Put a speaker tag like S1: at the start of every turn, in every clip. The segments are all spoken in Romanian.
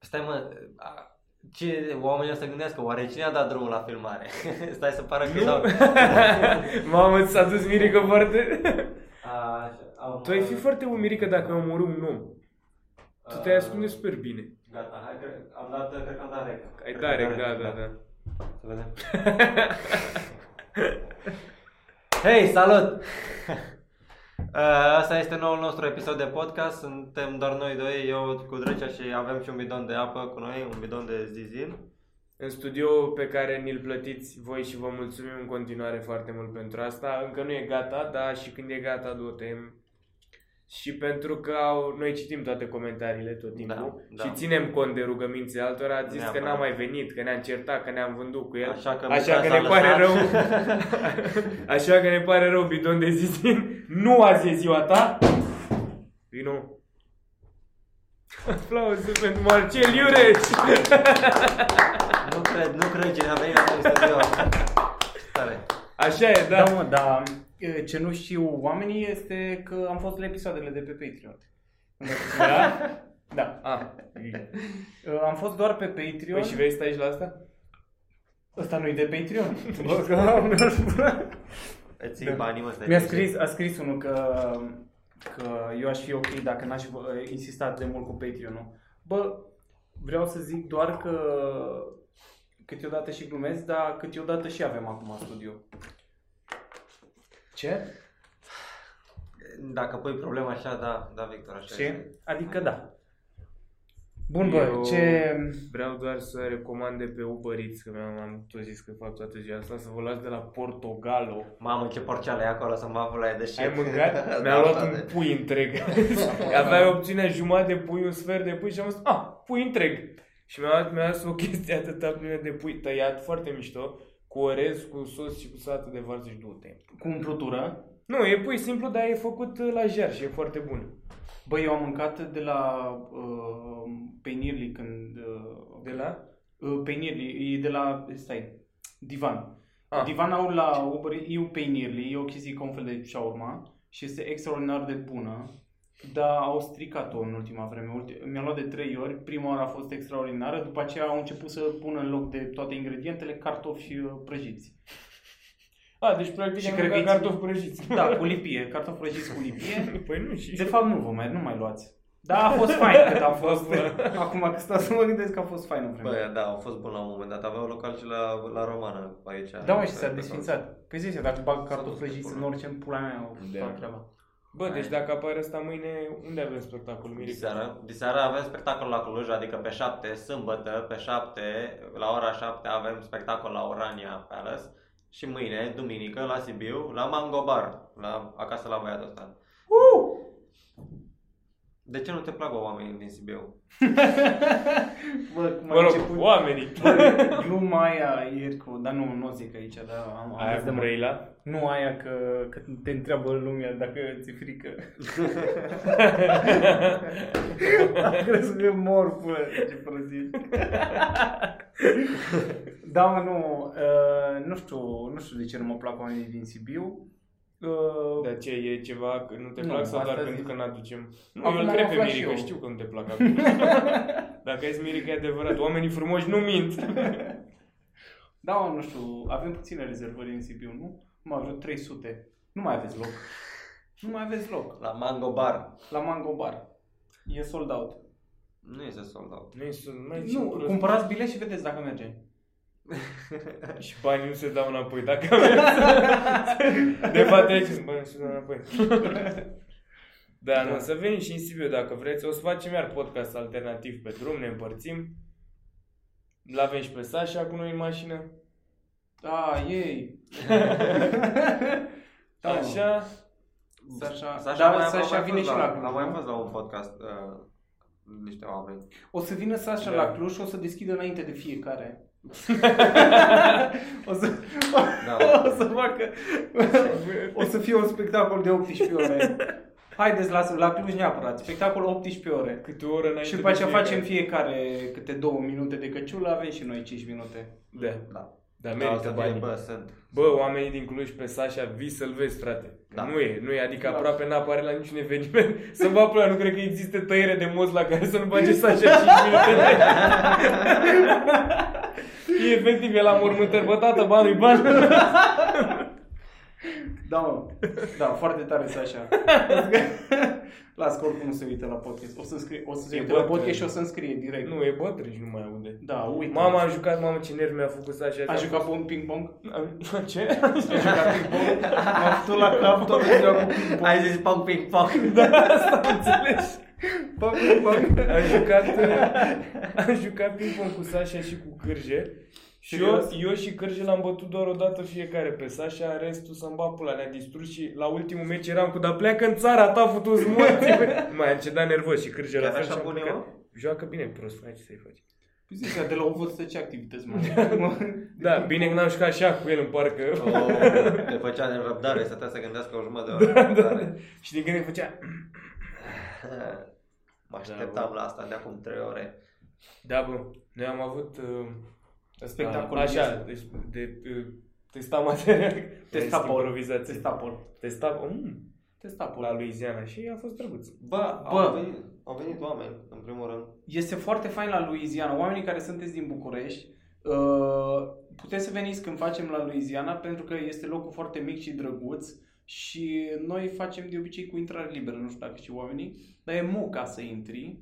S1: Stai mă, a- ce oamenii ăsta gândească? Oare cine a dat drumul la filmare? Stai să pară că
S2: Nu.
S1: dau...
S2: Mamă, ți s-a dus mirică foarte...
S1: A, așa, am- uh,
S2: tu ai fi foarte umirică dacă ai omorât un om. Tu te-ai ascunde super bine.
S1: uh, Gata, hai, cred, am dat, cred că am dat rec.
S2: Ai
S1: Cred că am
S2: tare, da,
S1: rec,
S2: da, da.
S1: Să vedem. Hei, salut! Uh, Asta este noul nostru episod de podcast. Suntem doar noi doi, eu cu Drăcea și avem și un bidon de apă cu noi, un bidon de zizin.
S2: În studio pe care ni-l plătiți voi și vă mulțumim în continuare foarte mult pentru asta. Încă nu e gata, dar și când e gata, du tem. Și pentru că au, noi citim toate comentariile tot timpul
S1: Da, da.
S2: și ținem cont de rugămințele altora, a zis
S1: Neapărat.
S2: că n-am mai venit, că ne-am certat, că ne-am vândut cu el.
S1: Așa că Mihai
S2: Așa că
S1: s-a
S2: ne pare
S1: lăsat.
S2: rău. Așa că ne pare rău, bidon de zizin. Nu azi e ziua ta. Vino. Aplauze pentru Marcel Iureș.
S1: Nu cred, nu cred cine a venit la noi în studio. Tare.
S2: Așa e, da.
S3: Da, mă, dar e, ce nu știu oamenii este că am fost la episoadele de pe Patreon. Da? Da.
S2: A,
S3: E, Am fost doar pe Patreon.
S2: păi și vei să stai și la asta?
S3: Ăsta nu-i de Patreon. Bă, că-
S1: Îți
S3: Da.
S1: ții banii, mă, stai.
S3: Mi-a scris, a scris unul că, că eu aș fi ok dacă n-aș vă- insistat de mult cu Patreon-ul. Bă, vreau să zic doar că câteodată și glumesc, dar câteodată și avem acum studio. Ce?
S1: Dacă pui problema așa, da, da, Victor, așa este.
S3: Ce? Adică da. Bun, bă,
S2: Eu-
S3: ce...
S2: Vreau doar să recomand de pe Uber Eats, că mi-am am tot zis că fac toată ziua asta, să vă luați de la Portogalo.
S1: Mamă, ce porceală e acolo, să mă la de șef.
S2: Ai mâncat? Mi-a
S1: Da,
S2: luat
S1: da,
S2: un
S1: da.
S2: pui întreg. Aveai opțiunea jumătate de pui, un sfert de pui și am zis, a, pui întreg. Și mi-a luat, mi-a luat o chestie atâta plină de pui tăiat, foarte mișto, cu orez, cu sos și cu salată de varză și două tăiat.
S3: cu umplutură.
S2: Nu, e pui simplu, dar e făcut uh, la jar și e foarte bun.
S3: Bă, eu am mâncat de la uh, Penirli când... Uh,
S2: De la?
S3: Uh, Penirli, e de la... stai, Divan.
S2: Ah.
S3: Ah. Divan au la Uber, eu Penirli, e o chestie ca un fel de shawarma și este extraordinar de bună. Dar au stricat-o în ultima vreme. Ulti- Mi-a luat de trei ori. Prima oară a fost extraordinară, după aceea au început să pună în loc de toate ingredientele cartofi uh, prăjiți.
S2: A, deci practic
S3: Și
S2: am mâncat
S3: creveți.
S2: cartofi prăjiți.
S3: Da, cu lipie, cartofi prăjiți cu lipie.
S2: Păi nu și...
S3: De fapt nu vă mai, nu mai luați. Da, a fost fain cât a fost. Acum că stau să mă gândesc că a fost fain în vremea.
S1: Bă, da, au fost bun la un moment dat. Aveau local și la, la romană aici.
S3: da, mă, și s-a
S1: Pe- pe-
S3: desfințat. Păi zice, dacă bag cartofi
S1: dus de
S3: prăjiți în
S1: acolo.
S3: orice, în pula mea, o
S2: Da.
S3: fac treaba.
S2: Bă, deci
S1: Hai. Exact.
S2: dacă apare asta mâine, unde avem spectacol, Mirica?
S1: Diseară, diseară avem spectacol la Cluj, adică pe 7, sâmbătă, pe 7, la ora 7 avem spectacol la Orania Palace și mâine, duminică, la Sibiu, la Mango Bar, la, acasă la băiatul ăsta.
S3: Uh!
S1: De ce nu te plac bă, oamenii din Sibiu?
S3: Bă, cum
S2: Mă
S3: ai
S2: rog,
S3: început...
S2: oamenii!
S3: Bă, gluma aia ieri cu... Dar nu, nu o zic aici, dar am, am
S2: Aia
S3: râs de
S2: cu
S3: mult.
S2: Brăila?
S3: Nu aia că, că te întreabă lumea dacă ți-e frică. Am crezut că mor până ce prăzit. da, mă, nu, uh, nu, știu, nu știu de ce nu mă plac oamenii din Sibiu. Uh,
S2: Dar ce, e ceva că nu te
S3: Nu,
S2: plac sau doar
S3: asta
S2: pentru
S3: zic.
S2: că n-aducem? Nu,
S3: Acum
S2: eu îl
S3: am
S2: cred pe
S3: aflat și
S2: Mirica,
S3: eu.
S2: știu că nu te plac acum. Dacă ai zis Mirica, e adevărat, oamenii frumoși nu mint.
S3: da, mă, nu știu, avem puține rezervări în Sibiu, nu? Mă, vreo 300. Nu mai aveți loc. Nu mai aveți loc.
S1: La Mango Bar.
S3: La Mango Bar. E sold out.
S1: Nu este sold out.
S2: Nu, e să- nu, e
S3: Nu,
S2: ce prost.
S3: cumpărați bilet și vedeți dacă merge.
S2: Și banii nu se dau înapoi, dacă mergi. De fapt, aici sunt banii nu se dau înapoi. Da, nu, să venim și în Sibiu dacă vreți. O să facem iar podcast alternativ pe drum, ne împărțim. L-avem și pe Sasha cu noi în mașină.
S3: Da, ei. da, așa.
S2: Așa.
S3: Sasha,
S1: mai-
S3: dar
S1: am
S3: Sasha
S1: mai
S3: vine
S1: fost
S3: și la
S1: Am
S3: Cluj.
S1: mai
S3: nu?
S1: fost la un podcast uh, niște oameni.
S3: O să vină Sasha
S2: Da.
S3: la Cluj și o să deschidă înainte de fiecare. o, să,
S1: Da.
S3: o să facă... o să fie un spectacol de 18 ore. Haideți la, la Cluj neapărat. Spectacol 18 ore.
S2: Câte o oră înainte
S3: Și după aceea
S2: de fiecare.
S3: facem fiecare câte două minute de căciulă, avem și noi 5 minute.
S2: Da.
S1: da.
S2: Dar
S1: Da, o să
S2: merită
S1: fie,
S2: banii.
S1: Bă, sunt.
S2: Bă, oamenii din Cluj pe Sasha, vii să-l vezi, frate.
S1: Da.
S2: Nu e, nu e, adică
S3: Da.
S2: aproape n-apare la niciun eveniment. Să vă apă, nu cred că există tăiere de moz la care să nu face Sasha 5 minute. e efectiv, e la mormântări, bă, tată, banul-i ban.
S3: Da, mă. Da, foarte tare să așa. Las că oricum nu se uită la podcast. O să scrie, o să se
S2: E
S3: uite la
S2: bătrân.
S3: podcast și o să-mi scrie direct.
S2: nu, e bătrân și nu mai aude.
S3: Da, uite.
S2: Mama, am jucat, mamă, ce nervi mi-a făcut Sasha.
S3: a jucat pe un ping-pong?
S2: Am- Ce?
S3: A jucat ping-pong? M-am făcut la cap tot ziua cu
S1: Ai zis pong ping pong.
S3: Da.
S2: Am înțeles.
S3: ping-pong.
S2: Am jucat, am jucat ping-pong cu Sasha și cu Cârje. Și eu,
S3: Serios?
S2: eu și Cârje l-am bătut doar o dată fiecare pe Sasha, restul să-mi bat pula, ne-a distrus și la ultimul meci eram cu Dar pleacă în țara ta, futu-ți morții. Mai a încedat nervos și Cârje la
S1: Chiar
S2: fel
S1: așa
S2: și-am
S1: bun e,
S2: plecat.
S1: mă?
S2: Joacă bine, prost, hai ce să-i faci.
S3: Zici, de la o vârstă ce activități mai ai?
S2: Da, bine că n-am jucat așa cu el în parcă.
S1: O, Oh, te făcea de răbdare, stătea să gândească o jumătate de
S3: Da,
S1: oră. Tare.
S2: Și din când îi făcea...
S3: Da,
S1: Mă așteptam la asta de acum 3 ore.
S2: Da, bă, noi am avut... Uh, ăsta,
S3: Spectacol
S2: Așa,
S3: de-
S2: deci de... Uh, testa material.
S3: Testa
S2: Test
S3: por.
S2: improvizație.
S3: Testapol.
S2: Testa... Mm.
S3: Testapol.
S2: la Louisiana și a fost drăguț. Da.
S1: Bă,
S3: Bă.
S1: Au, venit, au venit oameni, în primul rând.
S3: Este foarte fain la Louisiana. Oamenii care sunteți din București, uh, puteți să veniți când facem la Louisiana pentru că este locul foarte mic și drăguț și noi facem de obicei cu intrare liberă, nu știu dacă știu oamenii, dar e moca să intri.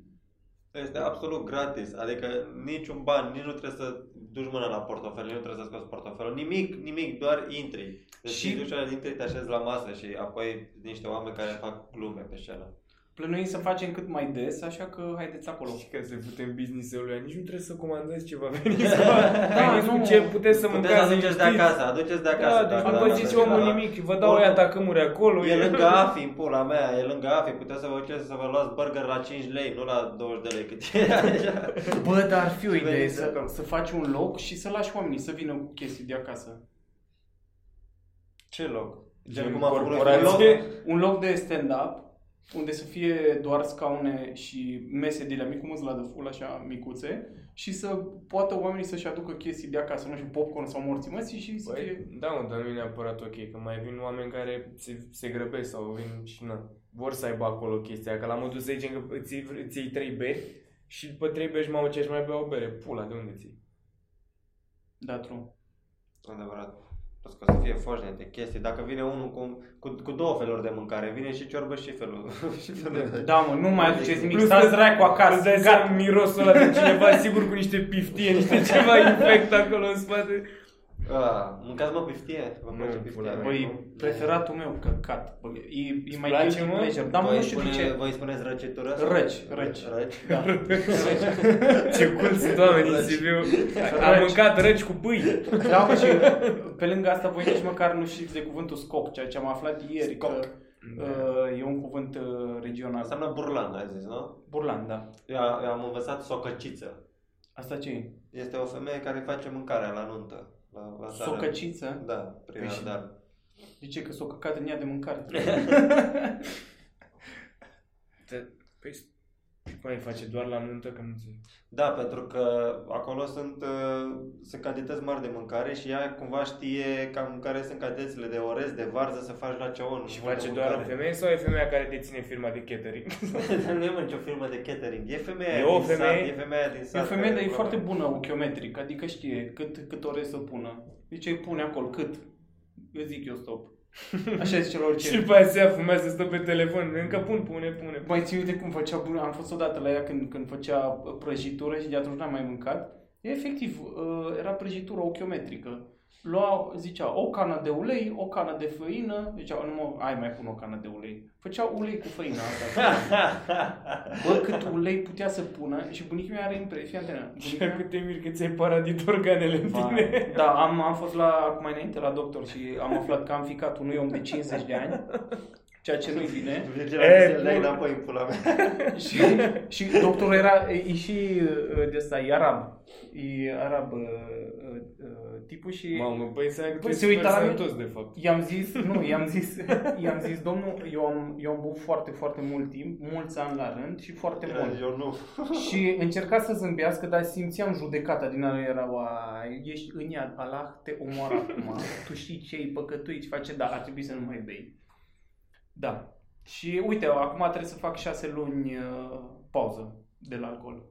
S1: Este absolut gratis, adică niciun ban, nici nu trebuie să duci mâna la portofel, nici nu trebuie să scoți portofelul, nimic, nimic, doar intri. Deci
S3: Și-
S1: și duci la intri, te așezi la masă și apoi niște oameni care fac glume pe scenă.
S3: Plănuim să facem cât mai des, așa că haideți acolo.
S2: Și că se pute în business-ul lui, nici nu trebuie să comandezi ceva, veniți, da, veniți
S3: nu.
S2: cu ce puteți
S1: Puteți să
S2: să mâncați.
S1: aduceți de
S2: liniștiți.
S1: acasă, aduceți de acasă.
S2: Da, deci
S1: dacă
S2: nu
S1: n-aveți
S2: vă zici
S1: la-
S2: omul nimic, vă dau aia tacâmuri acolo.
S1: E lângă AFI, în pula mea, e lângă AFI, puteți să vă duceți să vă luați burger la 5 lei, nu la 20 de lei cât e deja.
S3: Bă, dar ar fi o idee
S1: Veniți
S3: să,
S1: acolo.
S3: să faci un loc și să lași oamenii să vină cu chestii de acasă.
S1: Ce loc?
S2: Gen
S1: Gen cum a făcut
S2: corporație.
S1: un loc?
S3: Un loc de stand-up unde să fie doar scaune și mese de la mic, cum la de ful, așa, micuțe, și să poată oamenii să-și aducă chestii de acasă, nu știu, popcorn sau morțimății și să
S1: Păi.
S3: fie...
S2: Băi, da, mă, dar nu e neapărat ok, că mai vin oameni care se, se grăbesc sau vin și na, vor să aibă acolo chestia, că la modul să zicem că îți iei, îți iei trei beri și după trei beri, mamă, ce aș mai bea o bere? Pula, de unde ți iei?
S3: Da, true.
S1: Adevărat. Plus că o să fie foșne de chestii. Dacă vine unul cu, cu, cu două feluri de mâncare, vine și ciorbă și felul. și felul de...
S3: Da, mă, nu mai aduceți
S1: Păi.
S3: nimic,
S2: Plus
S3: stați
S2: că-
S3: dracu
S2: Îți
S3: acasă,
S2: dai
S3: gata.
S2: seama mirosul ăla de cineva, sigur cu niște piftie, niște ceva infect acolo în spate.
S1: A, mâncați mă piftie? Vă
S2: Nu,
S1: place
S2: pula
S1: piftie?
S2: mea.
S3: Băi, preferatul meu, căcat. Bă, e, e mai
S2: place,
S3: guilty
S2: mă?
S3: pleasure, dar mă,
S1: Voi
S3: nu știu de
S1: spune-
S3: ce.
S1: Voi spuneți răcitură?
S3: Răci, răci.
S1: Răci?
S3: Da.
S2: Ce cool sunt oamenii din Sibiu. Am mâncat răci cu pâi.
S3: Da, mă, și pe lângă asta voi nici măcar nu știți de cuvântul scoc, ceea ce am aflat ieri, că
S2: Da.
S3: uh, e un cuvânt uh, regional.
S1: Înseamnă burlan, ai zis, nu?
S3: Burlan, da.
S1: Eu, eu am învățat socăciță.
S3: Asta ce e?
S1: Este o femeie care face mâncarea la nuntă. La, la țară.
S3: Socăciță?
S1: Da, prin
S3: Păi și-
S1: Ardeal.
S3: De ce? Că s-o căcat în ea de mâncare.
S2: Păi, și cum ai face doar la nuntă, că nu înțeleg.
S1: Da, pentru că acolo sunt, uh, sunt cantități mari de mâncare și ea cumva știe cam care sunt cantitățile de orez, de varză, să faci la ce on.
S2: Și face doar la femeie sau e femeia care deține firma de catering?
S1: femeie? nu e mă, nicio firmă de catering. E femeia
S2: E
S1: aia
S2: o
S1: din
S2: femeie-
S1: sat, e femeia aia din
S3: E o
S1: sat.
S3: femeie, dar
S1: care-
S3: e foarte bună ochiometric, adică știe cât, cât ore să pună. Deci îi pune acolo, cât? Eu zic eu stop. Așa zice la
S2: și
S3: orice.
S2: după aceea se fumează, stă pe telefon. Încă pun, pune, pune.
S3: Mai ții Păi uite cum făcea bună, am fost odată la ea când, când făcea uh, prăjitură și de atunci n-am mai mâncat. Efectiv, uh, era prăjitură ochiometrică. Lua, zicea, o cană de ulei, o cană de făină, zicea, nu mă, ai mai pun o cană de ulei. Făcea ulei cu făină asta. Bă, cât ulei putea să pună și bunicul meu are impresia, fii atent,
S2: Și
S3: bunicul meu-
S2: cât te miri că ți-ai paradit organele în tine.
S3: Vai. Da, am, am fost la, acum înainte la doctor și am aflat că am ficat unui om de 50 de ani ceea ce nu-i bine.
S1: Virgil,
S2: E,
S1: Deci să-l dai
S2: bun.
S1: înapoi în pula mea.
S3: și, și doctorul era, e, e și uh, de asta, e arab. E arab uh, uh, uh, tipul și
S2: Mamă, păi înseamnă că
S3: Păi
S2: tu
S3: se
S2: se
S3: uita la
S2: uita
S3: mine.
S2: toți, de fapt.
S3: i-am zis, nu, i-am zis, i-am zis, domnul, eu am, eu am băut foarte, foarte mult timp, mulți ani la rând și foarte mult.
S1: Eu nu.
S3: Și încerca să zâmbească, dar simțeam judecata din ala era, "Uai, ești în iad, Allah te omoară acum, tu știi ce ai păcătuit, ce face, dar ar trebui să nu mai bei. Da. Și uite, acum trebuie să fac șase luni uh, pauză de la alcool.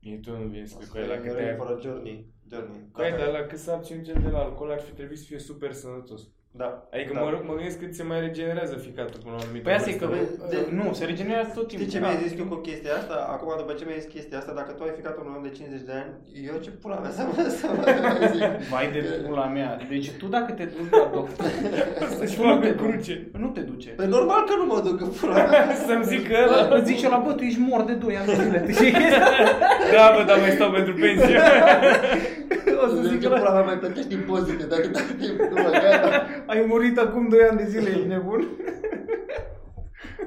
S2: E tu nu vin să
S1: Păi
S2: la
S1: la
S2: cât ai...
S1: fără Journey. Journey.
S2: Păi, dar la cât să abținge de la alcool ar fi trebuit să fie super sănătos.
S1: Da.
S2: Adică
S1: da.
S2: mă, rog, mă gândesc cât se mai regenerează ficatul până la o anumită
S3: Păi asta e că
S2: vârstă.
S3: de, nu, se regenerează tot timpul.
S1: Știi ce
S3: da.
S1: mi-ai zis tu cu chestia asta? Acum, după ce mi-ai zis chestia asta, dacă tu ai ficat un om de 50 de ani, eu ce pula mea să mă să mă zic?
S3: Vai de pula mea. Deci tu dacă te duci la doctor,
S2: Să-și
S3: tu nu
S2: facă
S3: te duci.
S2: cruce.
S3: Nu te duce.
S1: Păi normal că nu mă duc în pula mea.
S2: Să-mi zic că
S3: Bă,
S2: ăla.
S3: Îți zice la bă, tu ești mor de 2 ani de zile. Tu știi?
S2: Da, bă, dar mai stau pentru pensie.
S3: O
S1: Să
S3: să
S1: zic
S3: zică
S1: că
S3: la...
S1: pula mea mai plătești impozite, dacă dacă timp nu mă gata.
S3: Ai murit acum 2 ani de zile, ești nebun?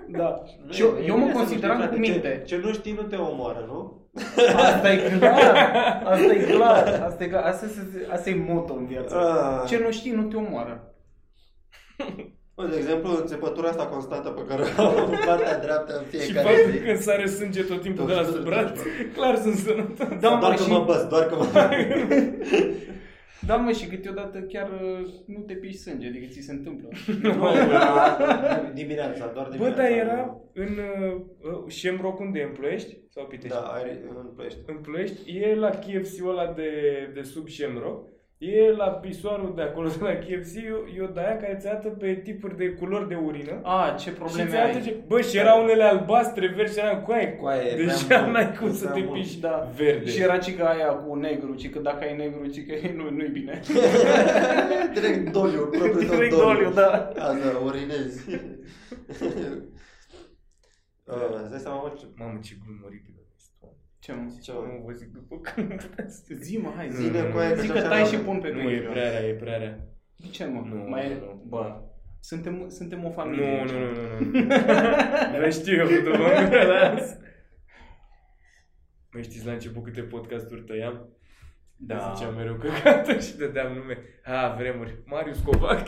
S3: Da. Și eu, eu mă consideram cu minte.
S1: Ce, nu știi nu te omoară, nu?
S3: Asta e clar. Asta e clar. Asta e clar. Asta, se- asta e moto în viață.
S1: Ah.
S3: Ce nu știi, nu te omoară.
S1: Bă, De exemplu, înțepătura asta constantă pe care o am în partea dreaptă în
S2: Și
S1: fiecare
S2: faptul
S1: zi.
S2: că îmi sare sânge tot timpul de la sub braț, clar sunt sănătos.
S3: Da,
S1: doar
S3: mă,
S1: că
S3: și-
S1: mă băs, doar că mă
S3: Da, mă, și câteodată chiar uh, nu te piși sânge, adică ți se întâmplă. da.
S1: Dimineața, doar dimineața.
S2: Bă, dar era
S1: nu.
S2: în uh, Shamrock unde în Ploiești sau Pitești?
S1: Da, ai în plește.
S2: În Ploiești e la KFC-ul ăla de, de sub Shamrock. E la pisoarul de acolo, de la KFC, e o daia care ți arată pe tipuri de culori de urină.
S3: A, ce
S2: Și ți
S3: probleme ai.
S2: aduce, bă, și erau unele albastre, verzi, și eram coaie,
S1: Coaie,
S2: coaie,
S1: prea
S2: deja
S1: mult,
S2: n-ai cum să
S1: prea
S2: te
S1: mult.
S2: piși da. verde.
S3: Și era cica aia cu negru, ci că dacă ai negru, ci că nu, nu-i bine.
S1: Direct doliu, propriu tot
S3: Direct doliu, da.
S1: Asta, urinezi. Uh, Îți dai seama, mă, ce...
S2: Mamă, ce glumă oribilă.
S3: Ce mă?
S1: ce-
S2: Nu vă zic după când
S3: Zi mă, hai, zi.
S1: Zine
S2: Mm.
S1: cu aia că
S3: Zic
S1: tot
S3: că
S1: ce
S3: tai
S1: am
S3: și
S1: avut.
S3: pun pe
S2: Nu, e
S3: Patreon.
S2: prea rea, e prea rea.
S3: De ce mă?
S2: Nu,
S3: Mai
S2: nu, nu.
S3: Bă, suntem, suntem o familie. deci-
S2: Nu,
S3: aici.
S2: nu, nu, nu, nu. Vă știu eu după mână las. Mă știți la început câte podcasturi tăiam?
S3: Da.
S2: Ziceam mereu căcatul și dădeam nume. Ha, vremuri. Marius Covac.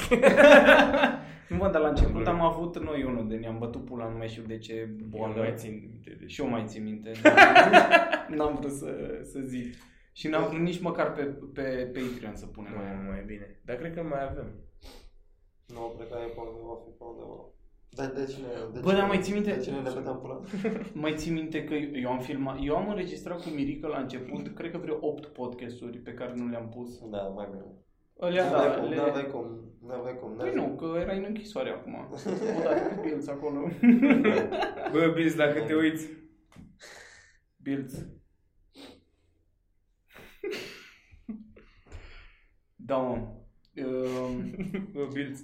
S3: Nu mă, dar la început am avut noi unul de ne-am bătut pula, nu mai știu de ce
S2: Bun, da.
S3: boală.
S2: mai țin minte de
S3: Și eu mai țin minte. dar N-am vrut să, să zic. Și n-am vrut nici măcar pe, pe Patreon să punem
S2: Nu,
S3: aia.
S2: nu, mai bine. Dar cred că mai avem.
S1: Nu, cred că e pe undeva, fi pe undeva. Dar Da, de cine? De
S3: Bă,
S1: cine-
S3: dar mai ții minte-
S1: De cine ne băteam pula?
S3: Mai ții minte că eu am filmat, eu am înregistrat cu Mirica la început, cred că vreo 8 podcasturi pe care nu le-am pus.
S1: Da, mai bine.
S3: Alea, da,
S1: N-aveai cum,
S3: le...
S1: n-aveai cum, n-aveai cum.
S3: Păi
S1: n-aveai
S3: nu, că erai în închisoare acum. Odată cu Bilț acolo.
S2: Bă, Biz, dacă te uiți,
S3: Bilț. Da, mă. Ehm,
S2: bă, Bilț,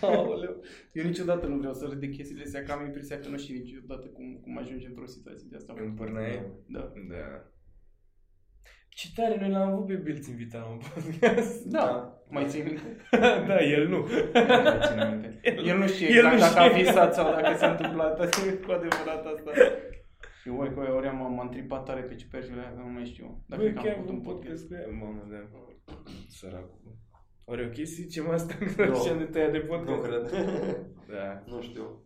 S3: aoleu. Eu niciodată nu vreau să râd de chestiile astea, că am impresia că nu știu niciodată cum, cum ajunge într-o situație de asta.
S2: în pârnaie.
S3: Da.
S2: Da. Ce tare, noi l-am avut pe Bilț invitat la un podcast.
S3: Da. Mai ții minte?
S2: da, el nu.
S3: Mai Da, țin aminte. El nu știe
S2: El
S3: exact
S2: nu
S3: dacă a
S2: știe.
S3: visat sau dacă s-a întâmplat asta e cu adevărat asta. Eu, oi, cu aia, ori m-am m-am tripat tare pe ciupercile alea, că nu mai știu. Dacă
S2: Băi,
S3: am
S2: chiar
S3: făcut
S2: un
S3: un podcast.
S2: podcast cu ea, mamă, da. Săracul. Ori ok să zicem asta
S1: Nu.
S2: că așa de tăia de
S1: cum. Nu
S2: podcast?
S1: cred.
S2: Da.
S1: Nu știu.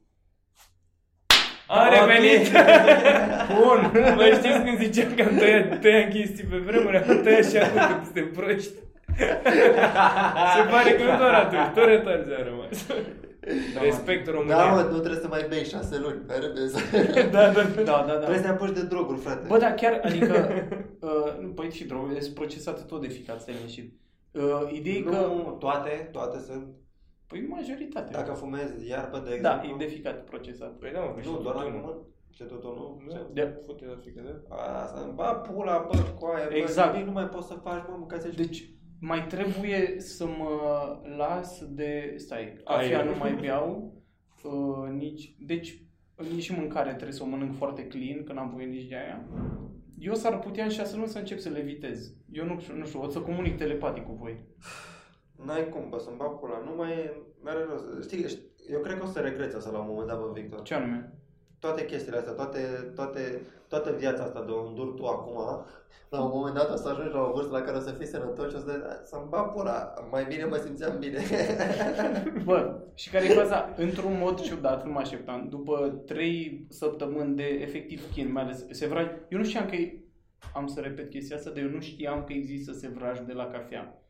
S2: A
S1: Ok.
S2: revenit! Bun! Mai știți când ziceam că am tăiat, tăiam chestii pe vremuri, am tăiat și acum că suntem proști. Se pare că nu doar atunci, tot retarzi a rămas.
S3: Ah. Da,
S2: Respect România.
S1: Da, mă, nu trebuie să mai bei șase luni, pe repede. să-
S2: da, da.
S3: mă. Da, da, da.
S1: Trebuie să te apuci de droguri, frate.
S3: Bă, dar chiar, adică, uh, nu, păi și drogurile sunt procesate tot de ficat, stai liniștit. Uh, ideea e că,
S1: nu, toate, toate sunt.
S3: păi majoritatea.
S1: Dacă fumezi iarbă, de
S3: Da,
S1: exemplu.
S3: e de ficat procesat.
S2: Păi da, mă, că
S1: Nu,
S2: și
S1: doar
S2: tu,
S1: acum.
S2: mă.
S1: Ce tot nu?
S2: Da.
S1: Ce?
S3: Da.
S2: Fute la frică, da?
S1: Asta, ba, pula, bă, coaie, bă,
S3: Exact.
S1: nimic nu mai poți să faci, mă, mâncați aici.
S3: Deci, mai trebuie să mă las de, stai, cafea
S2: Aer.
S3: nu mai beau, uh, nici, deci, nici și mâncare trebuie să o mănânc foarte clean, că n-am voie nici de aia. Eu s-ar putea în șase luni să încep să levitez. Eu nu știu, nu știu, o să comunic telepatic cu voi.
S1: N-ai cum, bă, să-mi bag pula, nu mai e, n-are rost. Știi, știi, eu cred că o să regreți asta la un moment dat, bă, Victor.
S3: Ce anume?
S1: Toate chestiile astea, toate, toate, toată viața asta de o îndur tu acum, la un moment dat o să ajungi la o vârstă la care o să fii sănătos și o să zici, "Hai, să-mi bag pula, mai bine mă simțeam bine.
S3: Bă, și care e faza? Într-un mod ciudat, nu mă așteptam. După 3 săptămâni de efectiv chin, mai ales sevraj, eu nu știam că e- am să repet chestia asta, dar eu nu știam că există sevraj de la cafea.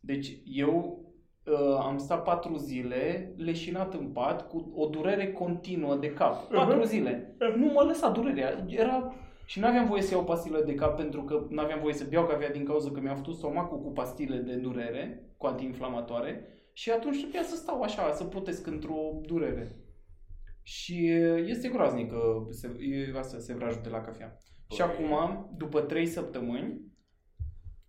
S3: Deci eu uh, am stat patru zile leșinat în pat cu o durere continuă de cap. Patru zile. Nu mă lăsa durerea. Era... Și nu aveam voie să iau pastilă de cap pentru că nu aveam voie să beau cafea din cauza că mi-a făcut stomacul cu pastile de durere, cu antiinflamatoare. Și atunci trebuia să stau așa, să putesc într-o durere. Și e, este groaznic că se, e asta, se vrajul de la cafea. Și
S2: Păi.
S3: acum, după 3 săptămâni,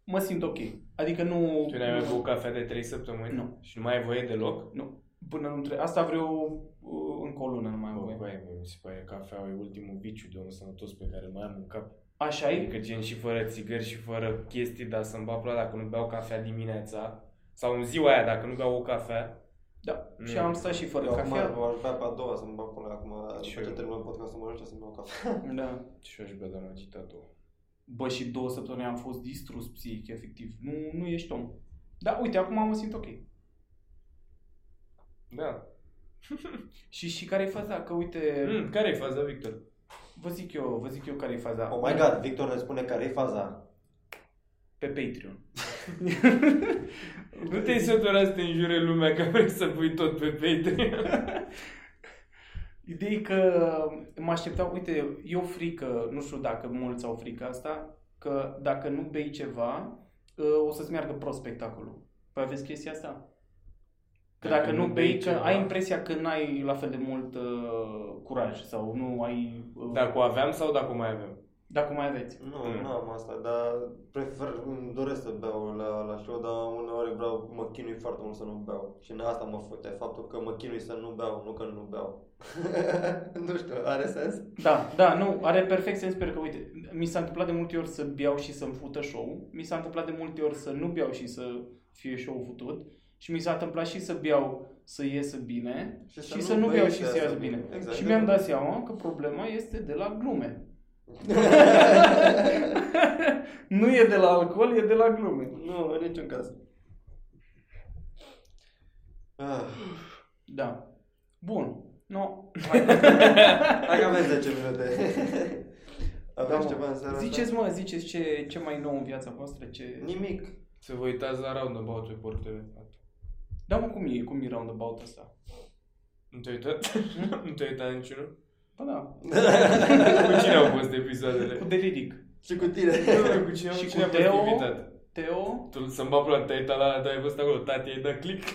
S3: mă simt ok. Adică nu...
S2: Tu n-ai mai
S3: nu-
S2: băut cafea de 3 săptămâni?
S3: Nu.
S2: Și nu mai ai voie deloc?
S3: Nu. Până nu trebuie. Asta vreau uh, încă o lună, nu mai am
S2: Bă,
S3: voie.
S2: băi, mi se pare că cafeaua e ultimul viciu de om sănătos pe care îl mai am în cap.
S3: Așa e?
S2: Adică gen și fără țigări și fără chestii, dar să-mi bag pula dacă nu beau cafea dimineața sau în ziua aia dacă nu beau o cafea.
S3: Da.
S2: Mm.
S3: Și am stat și fără
S1: Eu acum
S3: cafea.
S1: aș bea pe a doua să-mi bag pula acum,
S2: Și
S1: după ce
S2: eu.
S1: terminăm podcastul, mă ajunge să-mi iau cafea.
S3: Da.
S2: Și eu aș bea doar agitatul.
S3: Bă, și două săptămâni am fost distrus psihic, efectiv. Nu, nu ești om. Da, uite, acum mă simt ok.
S2: Da.
S3: Și, și care e faza? Că uite, mm.
S2: Mm, care e faza, Victor?
S3: vă zic eu, vă zic eu care e faza.
S1: Oh my god, Victor ne spune care e faza.
S3: Pe Patreon.
S2: Nu te-ai săturat să te înjure lumea că vrei să pui tot pe Patreon?
S3: Ideea e că mă așteptam, uite, eu frică, nu știu dacă mulți au frică asta, că dacă nu bei ceva, ă, o să-ți meargă prost spectacolul. Păi aveți chestia asta? Că dacă, nu bei, că
S2: ceva-
S3: ai impresia că n-ai la fel de mult uh, curaj sau nu ai... Uh,
S2: Dacă o aveam sau dacă o mai avem?
S3: dacă mai aveți.
S1: Nu,
S2: Mm.
S1: mm. nu am asta, dar prefer, îmi doresc să beau la, la show, dar uneori vreau, mă chinui foarte mult să nu beau. Și în asta mă fute, faptul că mă chinui să nu beau, nu că nu beau. nu știu, are sens?
S3: Da, da, nu, are perfect sens pentru că, uite, mi s-a întâmplat de multe ori să beau și să-mi fută show mi s-a întâmplat de multe ori să nu beau și să fie show futut și mi s-a întâmplat și să beau să iese bine și, și să nu beau
S1: bei
S3: și să iasă bine.
S1: Exact.
S3: Și mi-am dat seama că problema este de la glume. nu e de la alcool, e de la glume.
S1: Nu, în niciun caz. Ah,
S3: Da. Bun. No.
S1: hai că avem 10 minute. Aveți
S3: Da, mă.
S1: ceva în seara asta?
S3: Ziceți, mă, ziceți ce, ce mai e nou în viața voastră, ce...
S1: Nimic.
S2: Să vă uitați la Roundabout pe Port TV.
S3: Da, mă, cum e, cum e roundabout ăsta?
S2: Nu te-ai uitat? nu te-ai uitat niciunul?
S3: Bă, da,
S2: Cu cine au fost
S3: cu
S2: episoadele?
S3: deliric.
S1: și cu tine.
S2: cu cine,
S3: Și
S2: cine
S3: cu
S2: a fost
S3: Teo?
S2: invitat?
S3: Teo,
S2: Tu să-mi bapă la te-ai uitat la, dar ai văzut acolo, tati, ai dat click.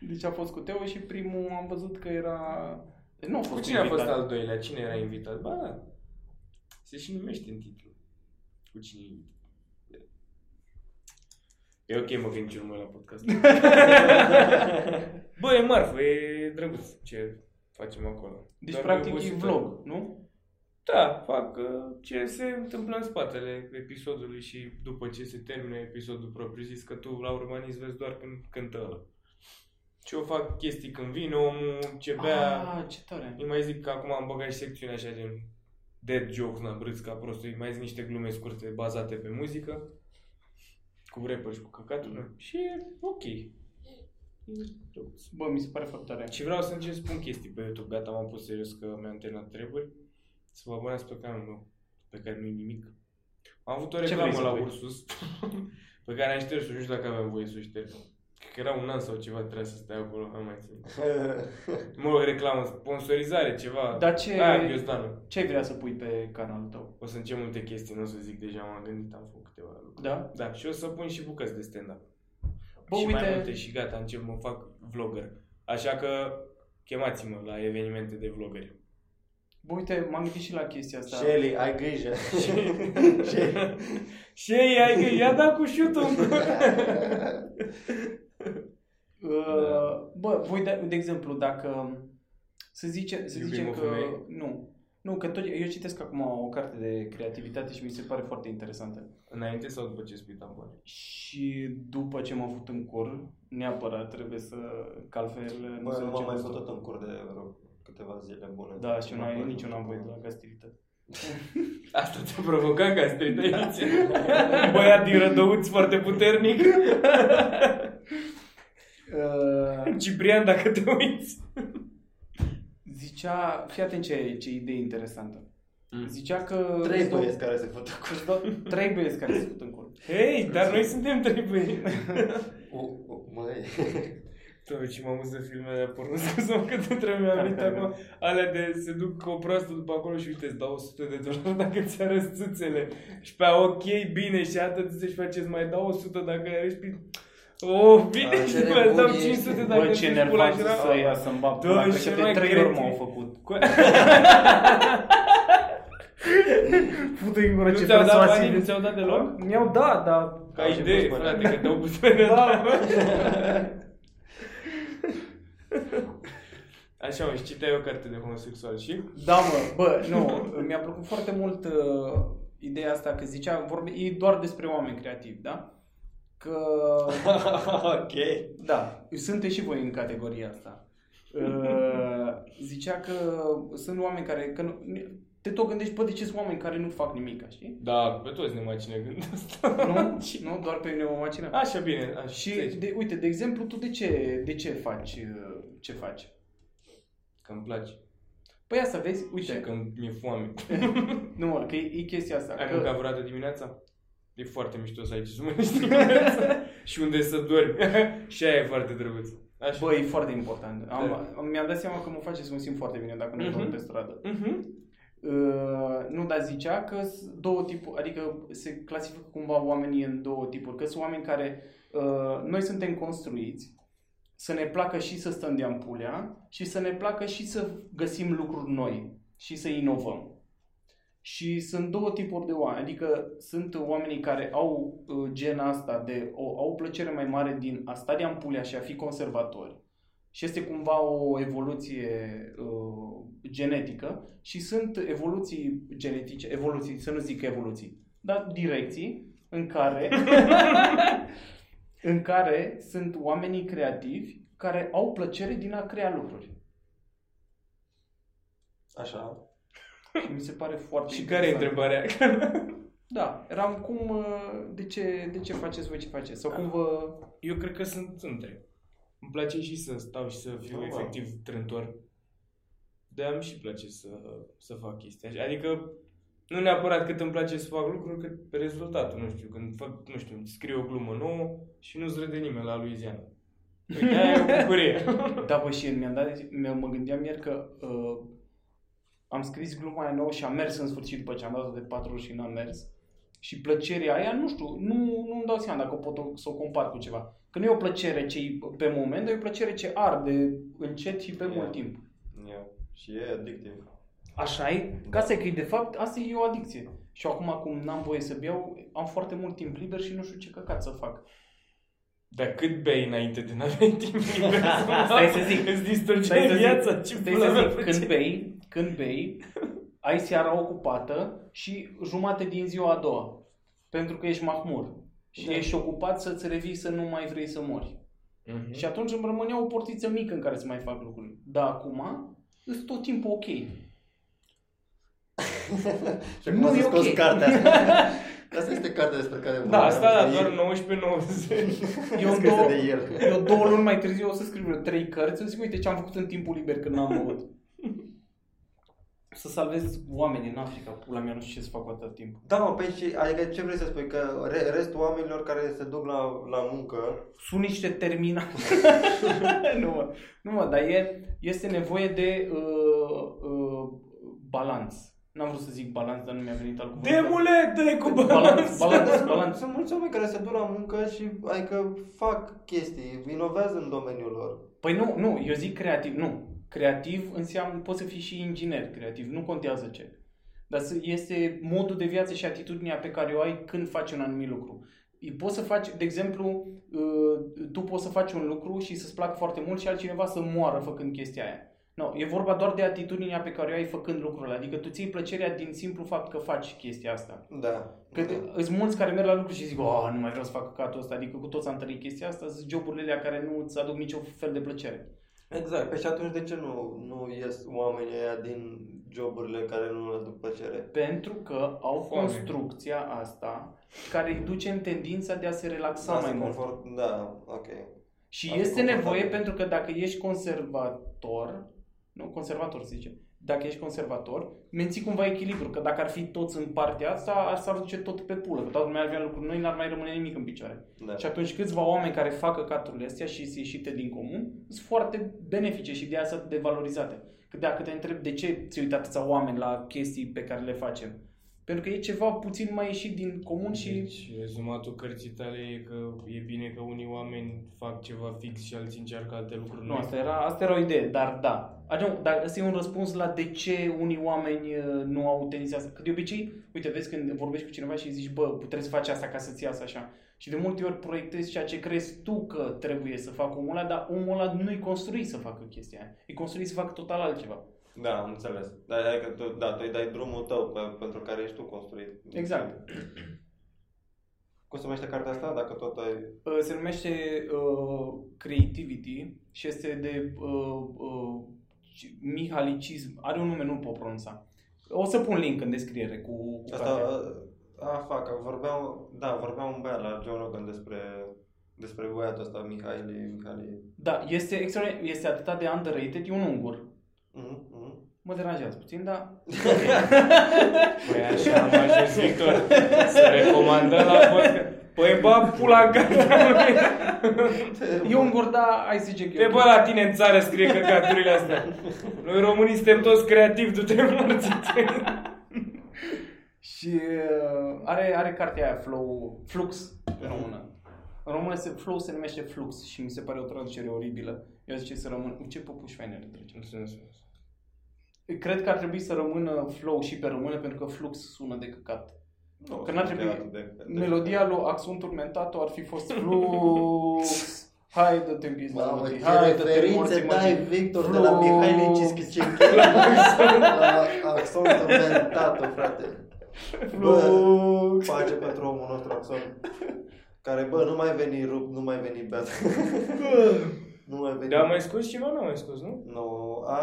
S3: deci a fost cu Teo și primul am văzut că era... Deci Nu a
S2: cu
S3: fost
S2: cine a
S3: invitat.
S2: fost al doilea? Cine era invitat? Ba, da. se și numește în titlu. Cu cine e invitat? E ok, mă, că nici eu nu mă uit la podcast. Bă, e marfă, e drăguț ce facem acolo.
S3: Deci
S2: Doar că
S3: practic e
S2: obositor.
S3: vlog, nu?
S2: Da, fac uh, ce se întâmplă în spatele episodului și după ce se termină episodul propriu zis că tu la urmanism vezi doar când cântă ăla. Și eu fac chestii când vine omul, ce bea,
S3: Ah, ce tare.
S2: îi mai zic că acum am băgat și secțiunea așa gen dead jokes, n-am râs ca prostul, îi mai zic niște glume scurte bazate pe muzică, cu rapper și cu căcatul,
S3: Mm.
S2: și e ok. E drăguț.
S3: Bă, mi se pare foarte tare.
S2: Și vreau să încep să pun chestii pe YouTube. Gata, m-am pus serios că mi-am terminat treburi. Să vă abonați pe canalul meu, pe care nu-i nimic. Am avut o
S3: Ce vrei
S2: reclamă
S3: să
S2: la
S3: pui?
S2: Ursus, pe care am șters-o, nu știu dacă aveam voie să o șterg. Cred că era un an sau ceva, trebuia să stai acolo, am mai ținut. Mă rog, reclamă, sponsorizare, ceva.
S3: Dar ce,
S2: Aia, Ghiozdanul.
S3: ce ai vrea să pui pe canalul tău?
S2: Da, O să încep multe chestii, nu o să zic deja, m-am gândit, am făcut câteva lucruri.
S3: Da?
S2: Da, și o să pun și bucăți de stand-up.
S3: Bă,
S2: și mai
S3: uite-
S2: multe și gata, încep, mă fac vlogger. Așa că chemați-mă la evenimente de vloggeri.
S3: Bă, uite, m-am gândit și la chestia asta.
S1: Shelly, ai grijă. Shelly.
S2: Și ei, ai că i-a dat cu șutul în gură.
S3: Uh, bă, voi, de, de exemplu, dacă să, zice, să
S2: Iubim
S3: zicem
S2: o
S3: că...
S2: femeie?
S3: Nu. Nu, că tot, eu citesc acum o carte de creativitate și mi se pare foarte interesantă.
S2: Înainte sau după ce spui tampoane?
S3: Și după ce m-am făcut în cur, neapărat trebuie să, că altfel
S4: Bă,
S3: se
S4: nu
S3: duce
S4: m-am mai
S3: gustul.
S4: făcut în cur de vreo câteva zile bune.
S3: Da, și una, eu nici nu am voie de la gastrită.
S2: Asta te-a provocat ca aici. Băiat din rădăuți foarte puternic. Uh, Ciprian, dacă te uiți.
S3: Zicea, fii atent ce, ce idee interesantă.
S2: Mm.
S3: Zicea că...
S4: Trei băieți care se făcut
S3: Îți dau Trei băieți care se fut în cur.
S2: Hei, dar noi suntem trei băieți.
S4: cu... Măi...
S2: Doamne, ce m-am de filmele alea porno, scuză-mă că te trebuie
S3: Care,
S2: aminte
S3: care,
S2: acum. Alea de se duc cu o proastă după acolo și uite, îți dau 100 de dolari dacă ți arăți țâțele. Și pe aia, ok, bine, și atât ți și face, îți mai dau 100 dacă le arăți pe... Oh, bine,
S4: Ah,
S2: și
S4: ce
S2: după aia îți dau
S4: nebun ești.
S2: 500 dacă
S3: Bă, ce
S2: ți-și
S3: nervos
S2: și la-
S3: să ia să-mi bag
S2: Da,
S3: pula, că
S2: și
S3: și de
S2: noi
S3: trei
S2: cred-
S3: ori m-au făcut.
S2: Cu-
S3: Fută în gură
S2: Nu ți-au dat banii, nu ți-au dat deloc?
S3: loc? Mi-au dat, dar...
S2: Ca
S4: Au și
S2: idee,
S4: fost
S2: frate,
S4: bani.
S2: că te-au pus pe
S3: Da.
S2: Așa, mă, și citeai o carte de homosexual și?
S3: Da, mă, bă, nu, mi-a plăcut foarte mult uh, ideea asta că zicea, vorbe, e doar despre oameni creativi, da? Că,
S4: ok.
S3: da, sunteți și voi în categoria asta. Uh, zicea că sunt oameni care, că nu, te tot gândești, bă, de ce sunt oameni care nu fac nimic, știi?
S2: Da, pe toți ne macine gândul asta.
S3: Nu, nu doar pe mine mă macină.
S2: Așa, bine, așa.
S3: Și, de, uite, de exemplu, tu de ce, de ce faci uh, ce faci?
S2: Că îmi place.
S3: Păi asta vezi,
S2: Și
S3: uite,
S2: că mi-e foame.
S3: nu mă, că e, e chestia asta.
S2: Ai
S3: Că,
S2: mâncat vreodată dimineața? E foarte mișto să ai ce să mănânci dimineața. și unde să dormi. și aia e foarte drăguț. Așa.
S3: bă, e foarte important. Am, Mi-am dat seama că mă face să mă simt foarte bine dacă nu
S2: Mhm.
S3: dorm pe stradă.
S2: Mhm.
S3: Uh, nu, dar zicea că s- două tipuri, adică se clasifică cumva oamenii în două tipuri. Că sunt oameni care, uh, noi suntem construiți să ne placă și să stăm de-am pulea și să ne placă și să găsim lucruri noi și să inovăm. Și sunt două tipuri de oameni, adică sunt oamenii care au uh, gena asta de o, au o plăcere mai mare din a sta de ampulea și a fi conservatori. Și este cumva o evoluție uh, genetică și sunt evoluții genetice, evoluții, să nu zic evoluții, dar direcții în care în care sunt oamenii creativi care au plăcere din a crea lucruri.
S4: Așa.
S3: Și mi se pare foarte
S2: Și care e
S3: interesant.
S2: întrebarea?
S3: Da, eram cum, uh, de ce, de ce faceți voi ce faceți? Sau cum vă...
S2: Eu cred că sunt între. Îmi place și să stau și să fiu
S4: Da, da.
S2: efectiv trântor. De-aia îmi și place să, să fac chestia așa. Adică nu neapărat cât îmi place să fac lucruri, cât pe rezultatul, nu știu, când fac, nu știu, scriu o glumă nouă și nu-ți râde nimeni la Louisiana. Uite, aia e o bucurie.
S3: Da, bă, și mi-am dat, mi-am, mă gândeam ieri că uh, am scris gluma aia nouă și am mers în sfârșit după ce am dat-o de patru ori și n-am mers. Și plăcerea aia, nu știu, nu, nu-mi dau seama dacă pot o- să o compar cu ceva. Că nu e o plăcere ce e pe moment, dar e o plăcere ce arde încet și pe
S4: Ia.
S3: mult timp.
S4: Eu. Și e addictiv.
S3: Așa e? Că asta e că e de fapt, asta e o adicție. Și acum cum n-am voie să beau, am foarte mult timp liber și nu știu ce căcat să fac.
S2: Dar cât bei înainte de n-aveai timp liber?
S3: Stai să zic.
S2: Îți
S3: Stai
S2: distrugeai
S3: să zic-
S2: viața. Ce
S3: Stai
S2: pula
S3: să
S2: mea
S3: zic, când
S2: face?
S3: bei, când bei, ai seara ocupată și jumate din ziua a doua. Pentru că ești mahmur și
S2: Da.
S3: ești ocupat să-ți revii să nu mai vrei să mori.
S2: Mhm.
S3: Și atunci îmi rămânea o portiță mică în care să mai fac lucruri. Dar acum, sunt tot timpul ok.
S4: Și acum
S3: Nu,
S4: să
S3: e
S4: scoți
S3: ok.
S4: cartea asta. Asta este cartea despre care
S2: Da,
S4: vorbeam,
S2: asta da,
S4: știi?
S2: doar 19-90.
S3: Eu
S4: Scrisă
S3: două-
S4: de el.
S3: Eu două luni mai târziu o să scriu vreo trei cărți, o să zic, uite ce am făcut în timpul liber când n-am avut. Să salvez oameni în Africa, pula mea, nu știu ce să fac cu atât timp.
S4: Da, mă, păi și, adică ce vrei să spui? Că re, restul oamenilor care se duc la, la muncă...
S3: sunt niște terminate. nu, mă, nu mă, dar e, este nevoie de uh, uh, balanț. N-am vrut să zic balanț, dar nu mi-a venit alt cuvânt.
S2: Demule, dă cu balans!
S3: Balanț, balanț,
S4: Sunt-
S3: balanț.
S4: Sunt mulți oameni care se duc la muncă și adică fac chestii, inovează în domeniul lor.
S3: Păi nu, nu, eu zic creativ, nu. Creativ înseamnă, poți să fii și inginer creativ, nu contează ce. Dar să- este modul de viață și atitudinea pe care o ai când faci un anumit lucru. I- Poți să faci, de exemplu, ă, uh, tu poți să faci un lucru și să-ți placă foarte mult și altcineva să moară făcând chestia aia. No, e vorba doar de atitudinea pe care o ai făcând lucrurile. Adică tu ții plăcerea din simplu fapt că faci chestia asta.
S4: Da.
S3: Că da. sunt mulți care merg la lucru și zic, oh, nu mai vreau să fac căcatul ăsta. Adică cu toți am trăit chestia asta, sunt joburile alea care nu îți aduc niciun fel de plăcere.
S1: Exact, pe și atunci de ce nu, nu ies oamenii aia din joburile care nu le aduc plăcere?
S3: Pentru că au
S2: Foame.
S3: construcția asta care îi duce în tendința de a se relaxa
S1: Da,
S3: mai
S1: se
S3: mult.
S1: confort- Da, ok.
S3: Și
S1: Adică
S3: este nevoie
S1: confortabil.
S3: pentru că dacă ești conservator, nu, conservator se zice, dacă ești conservator, menții cumva echilibru, că dacă ar fi toți în partea asta, ar s-ar duce tot pe pulă, că toată lumea ar avea lucruri noi, n-ar mai rămâne nimic în picioare.
S1: Da.
S3: Și atunci câțiva oameni care fac căcaturile astea și sunt ieșite din comun, sunt foarte benefice și de asta de valorizate. Că dacă te întreb de ce ți-ai uitat atâția oameni la chestii pe care le facem, pentru că e ceva puțin mai ieșit din comun și
S2: Deci, rezumatul cărții tale e că e bine că unii oameni fac ceva fix și alții încearcă alte lucruri
S3: Nu,
S2: noi.
S3: asta era, asta era o idee, dar da. Adică, dar ăsta e un răspuns la de ce unii oameni uh, nu au tendința asta. Că de obicei, uite, vezi când vorbești cu cineva și zici, bă, trebuie să faci asta ca să-ți iasă așa. Și de multe ori proiectezi ceea ce crezi tu că trebuie să facă omul ăla, dar omul ăla nu-i construit să facă chestia aia. E construit să facă total altceva.
S1: Da, am înțeles. Da, adică tu, da, tu îi dai drumul tău pe, pentru care ești tu construit.
S3: Exact.
S1: Cum se numește cartea asta, dacă tot ai...
S3: Uh, Se numește uh, Creativity și este de uh, uh, mihalicism. Are un nume, nu pot pronunța. O să pun link în descriere cu, cu cartea.
S1: Asta, a, fac, vorbeam, da, vorbeam un băiat la Joe Rogan despre, despre băiatul ăsta, Mihaili, Mihaili.
S3: Da, este, extraordinar, este atât de underrated, e un ungur.
S1: Mhm, mhm.
S3: Mă deranjează puțin, dar...
S2: Păi așa am ajuns, Victor, să recomandăm la podcast. Păi bă, pula gata,
S3: E ungur, dar ai zice că
S2: Te
S3: e
S2: bă
S3: ok.
S2: la tine în țară scrie căcaturile astea. Noi românii suntem toți creativi, du-te morți.
S3: Și uh, are, are cartea aia, Flow, Flux, în română. În română se, Flow se numește Flux și mi se pare o traducere oribilă. Eu zice să rămân... Ce păpuși faine are trece. Cred că ar trebui să rămână Flow și pe română pentru că Flux sună de căcat.
S1: Nu,
S3: Că n-ar
S1: sunt
S3: trebui-
S1: atât de- de-
S3: Melodia lui Axun Turmentato ar fi fost Flux. Hai, dă-te în pizda,
S5: Mamă,
S3: mă,
S5: ce
S3: hai, dă-te în
S5: referințe
S3: morții, mă,
S5: dai,
S3: ce-
S5: Victor, de la Mihail Cischicen la Axon Tormentato, frate.
S1: Bă, pace pentru omul nostru, Axon. Care, bă, nu mai veni rup, nu mai veni beat. nu mai veni.
S3: Da,
S2: Dar am mai scos ceva? Nu am mai scos, nu?
S1: Nu, a,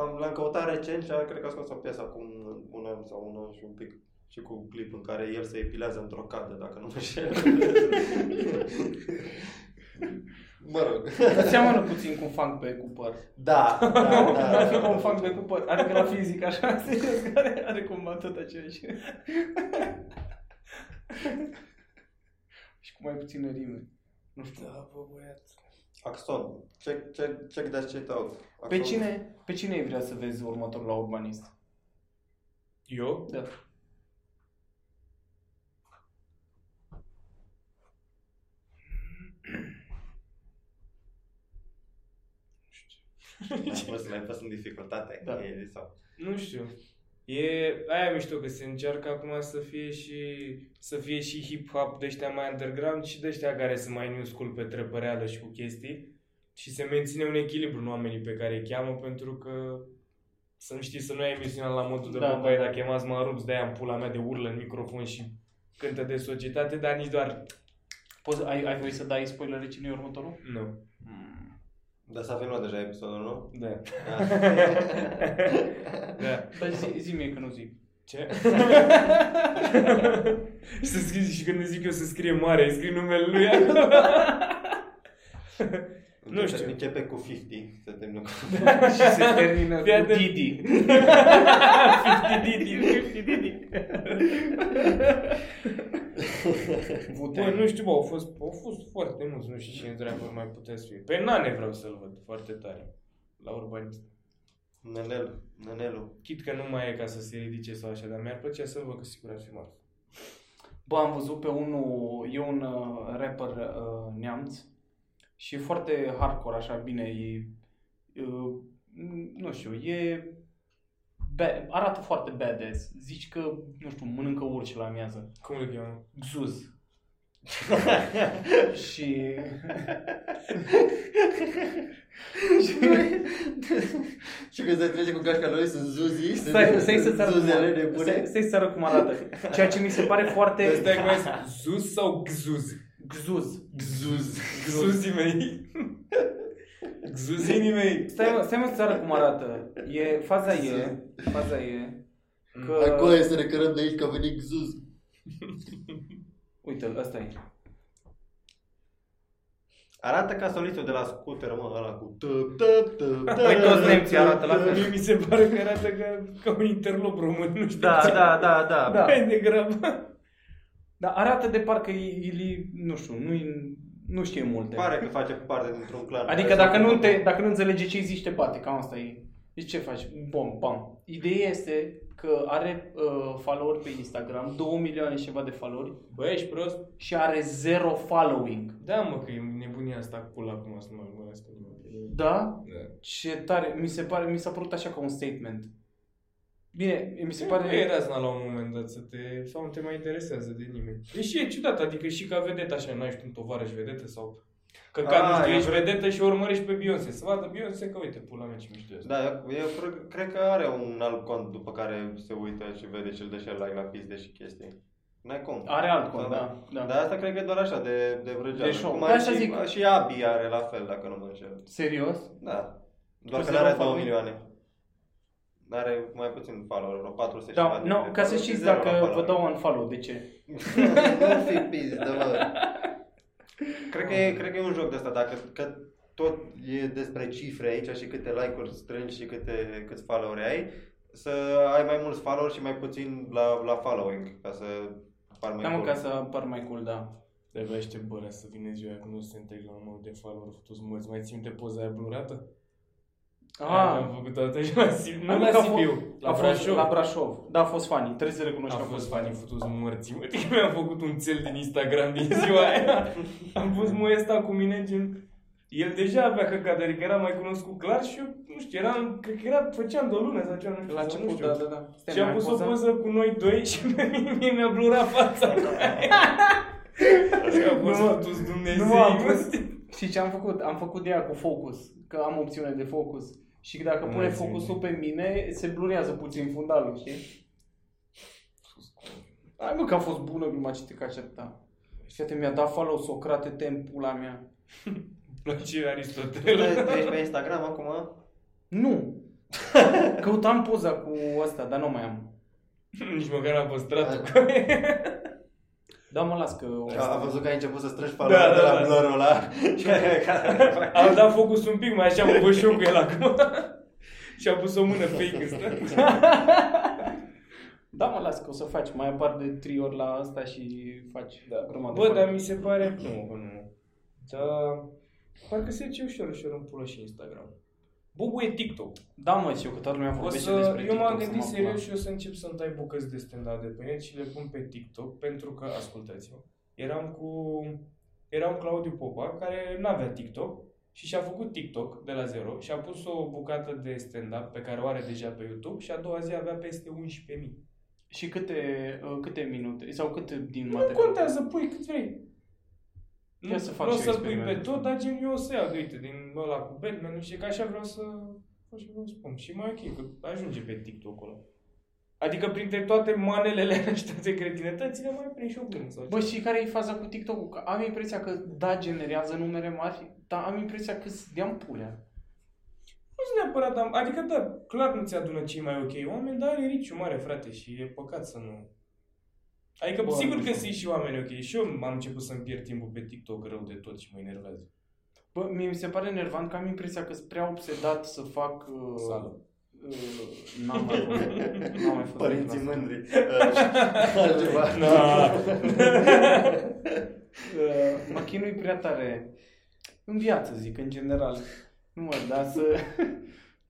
S1: am, l-am căutat recent și a, cred că a scos o piesă acum un an sau un an și un pic. Și cu un clip în care el se epilează într-o cadă, dacă nu mă șer. mă rog.
S3: Seamănă puțin cu un fang pe cu păr.
S1: Da, da,
S3: Ar fi
S1: da.
S3: ca un fang de cu păr. Are de la fizic, așa, serios, care are cumva tot aceeași. Și cu mai puține rime. Nu știu.
S2: Da, bă, băiat.
S1: Axon, check, check, check that shit out. Axon.
S3: Pe cine, pe cine ai vrea să vezi următor la urbanist?
S2: Eu?
S3: Da.
S1: Ai fost, ai fost în dificultate.
S3: Da.
S1: E, sau...
S2: Nu știu. E aia mișto că se încearcă acum să fie și să fie și hip-hop de ăștia mai underground și de ăștia care sunt mai new school pe trepă reală și cu chestii și se menține un echilibru în oamenii pe care îi cheamă pentru că să nu știi să nu ai emisiunea la modul de
S3: Da,
S2: da,
S3: da,
S2: bă,
S3: da.
S2: dacă chemați mă rup, de aia în pula mea de urlă în microfon și cântă de societate, dar nici doar
S3: Poți, ai, ai voie să dai spoilere cine e următorul?
S2: nu.
S1: Dar s-a filmat deja episodul, nu?
S2: Da. da.
S3: Dar zi, zi mie că nu zic.
S2: Ce? și, să scrie, și când îi zic eu să scrie mare, îi scrie numele lui acolo.
S1: Începe-
S2: știu.
S1: Începe cu 50, să termină cu...
S3: Și se termină
S2: Fii
S3: cu
S2: atent.
S3: Didi.
S2: 50 Didi, 50 Didi. Bă,
S3: Vute.
S2: nu știu, bă, au fost, au fost foarte mulți, nu știu cine dracu mai putea să fie. Pe Nane vreau să-l văd foarte tare. La urbanist.
S1: Nenel, Nenelu.
S2: Chit că nu mai e ca să se ridice sau așa, dar mi-ar plăcea să-l văd că sigur ar fi mare.
S3: Bă, am văzut pe unul, e un uh, rapper uh, neamț și e foarte hardcore, așa, bine, e, uh, nu știu, e, ba- arată foarte badass. Zici că, nu știu, mănâncă urși la amiază.
S2: Cum îl cheamă?
S3: Xuz. și
S5: Și- Și când se trece cu cașca lui, sunt zuzi, sunt
S3: Stai, stai să-ți arăt cum
S5: zuzele
S3: arată. Stai,
S5: nebune.
S3: stai să arăt cum arată. Ceea ce mi se pare foarte
S2: Stai, mai Zuz sau Gzuz?
S3: gzuz.
S5: Zuz.
S2: Gzuzii mei. Gzuzinii mei.
S3: Stai, mă, stai mă să arăt cum arată. E, faza e, faza e Mm.
S5: Acolo
S3: că...
S5: este recărăm de aici că a venit zuz.
S3: Uite-l, ăsta e.
S1: Arată ca solistul de la scooter, mă, ăla cu...
S2: Da,
S3: Păi toți nemții arată la
S2: Mie
S3: fel.
S2: mi se pare că arată ca, ca un interlop român, nu știu
S4: Da,
S2: ce.
S4: da, da, da.
S3: Da.
S2: Mai degrabă.
S3: Dar arată de parcă Ili, nu știu, nu, nu știe multe.
S1: Pare că face parte dintr-un clan.
S3: Adică
S1: care
S3: dacă
S1: se-
S3: nu, te, dacă nu înțelege ce zici, te bate, cam asta e. Deci ce faci? Bom, bam. Ideea este că are uh, follower pe Instagram, 2 milioane și ceva de followeri
S2: Bă, ești prost?
S3: și are zero following.
S2: Da, mă, că e nebunia asta cu pula acum să mă gândesc pe nimeni.
S3: Da?
S2: Da.
S3: Ce tare, mi se pare, mi s-a părut așa ca un statement. Bine, mi se
S2: Pare că
S3: pare...
S2: era asta la un moment dat să te... sau nu te mai interesează de nimeni. Deși e ciudat, adică și ca vedetă așa, n-ai știu un tovarăș vedetă sau... Că ca,
S1: Ah,
S2: nu știu,
S1: eu
S2: ești
S1: cred-
S2: vedetă și o urmărești pe Beyoncé. Să vadă Beyoncé că uite, pula mea ce mișto e asta.
S1: Da, eu, eu cred, cred că are un alt cont după care se uită și vede și îl dă și el like la pizde și chestii. N-ai cum.
S3: Are altcum,
S1: Da,
S3: da. da.
S1: Dar asta cred că e doar așa, de, de vrăjeală.
S3: De show.
S1: Cum
S3: Da,
S1: are
S3: așa
S1: și,
S3: zic.
S1: și Abi are la fel, dacă nu mă înșel.
S3: Serios?
S1: Da. Doar că
S3: zero
S1: n-are 2
S3: following?
S1: milioane. Are mai puțin follower, vreo 400
S3: Da,
S1: ceva de
S3: no,
S1: mii de
S3: ca să
S1: follower și
S3: știți
S1: Deci zero la
S3: dacă vă
S1: follower.
S3: dau un follow, de ce?
S5: Nu fi pizdă, mă.
S1: Cred că, e, cred că e un joc de asta, dacă că tot e despre cifre aici și câte like-uri strângi și câte, câți followeri ai, să ai mai mulți follower și mai puțin la, la following, ca să par mai
S3: Da, mă,
S1: cool.
S3: ca să par mai cool, da.
S2: Dar abia aștept bărea să vină ziua aia când o să se întreg la numărul de follower fătuți mulți. Mai ții minte poza aia blurată? Aia
S3: Ah,
S2: Am făcut atunci la Sibiu. Nu
S3: Adică
S2: la
S3: a fost-
S2: Sibiu, la
S3: a fost
S2: Brașov.
S3: la Brașov. Da, a fost funny, trebuie să recunoști
S2: A
S3: că a fost
S2: fost fanii fătuți morții, mă, că mi-am făcut un cel din Instagram din ziua aia. Am pus mă ăsta cu mine, gen... El deja avea căcat, adică era mai cunoscut clar și eu, nu știu, eram, cred că era, făceam de o lună sau ceva, nu știu,
S3: La
S2: sau nu
S3: început,
S2: știu.
S3: da, da, da. Stai,
S2: Și am
S3: mai
S2: pus o
S3: poza?
S2: poză cu noi doi și pe mine mie mi-a blurat fața. Și a fost
S3: Nu mă-
S2: fătus Dumnezeu.
S3: Nu mă, am pus. Și ce am făcut? Am făcut de ea cu focus, că am opțiune de focus. Și dacă
S2: Nu
S3: pune
S2: mai țin
S3: focusul pe mine, se blurează puțin fundalul, știi? Hai mă că a fost bună gluma ce te caci atâta. Fiate, mi-a dat follow Socrate, te în pula mea.
S2: Plăcere
S1: Tu
S2: Aristotel.
S1: ești- tu ești pe Instagram acum?
S3: Nu! Căutam poza cu asta, dar nu mai am.
S2: Nici măcar n-am păstrat-o.
S3: Da, mă las că... o-
S1: A, a văzut că ai început să strângi follower
S2: da,
S1: de la
S2: da.
S1: blurul ăla.
S2: Am dat focus un pic mai așa, mă văd și eu cu el acum. și a pus o mână fake în stânga.
S3: Da, mă las că o să faci. Mai apar de trei ori la asta și faci da. grămadă.
S2: Bă, dar mi se pare... Nu, bă, nu. Dar... Parcă se duce ușor, ușor în pulă și Instagram. Bubu e TikTok.
S3: Da, mă, și eu că toată lumea
S2: O
S3: vorbește
S2: să,
S3: despre
S2: eu m-am
S3: TikTok,
S2: gândit
S3: să mă
S2: serios și o să încep să-mi dai bucăți de stand-up de pe net și le pun pe TikTok pentru că, ascultați-mă, eram cu, eram Claudiu Popa care n-avea TikTok și și-a făcut TikTok de la zero și a pus o bucată de stand-up pe care o are deja pe YouTube și a doua zi avea peste 11.000.
S3: Și câte, uh, câte minute sau câte din
S2: Nu
S3: material?
S2: contează, pui cât vrei.
S3: Ia
S2: Nu,
S3: să
S2: să
S3: fac
S2: fac nu o
S3: și eu
S2: să-l pui pe
S3: experimentul
S2: tot, dar gen eu o să iau, de, uite, din ăla cu Batman, nu știu, că așa vreau să așa vreau să spun. Și mai ok, că ajunge pe TikTok-ul ăla. Adică printre toate manelele ăștia de cretinătățile mai prind și o glumă sau
S3: Bă,
S2: ceva.
S3: și care e faza cu TikTok-ul? Că am impresia că, da, generează numere mari, dar am impresia că se dea în pulea.
S2: Nu sunt neapărat, am, adică da, clar nu ți adună cei mai ok oameni, dar are riciu mare, frate, și e păcat să nu... Adică
S3: Bă, nu
S2: sigur
S3: știu.
S2: că sunt și oameni ok, și eu am început să-mi pierd timpul pe TikTok rău de tot și mă enervează.
S3: Bă, mie mi se pare nervant că am impresia că sunt prea obsedat să fac... Uh,
S2: Sală.
S3: Uh, n-am mai fost. N-am mai fost.
S5: Părinții
S3: nervant.
S5: mândri. Uh, Altceva.
S3: Uh, mă chinui prea tare în viață, zic, în general. Nu mă, dar să...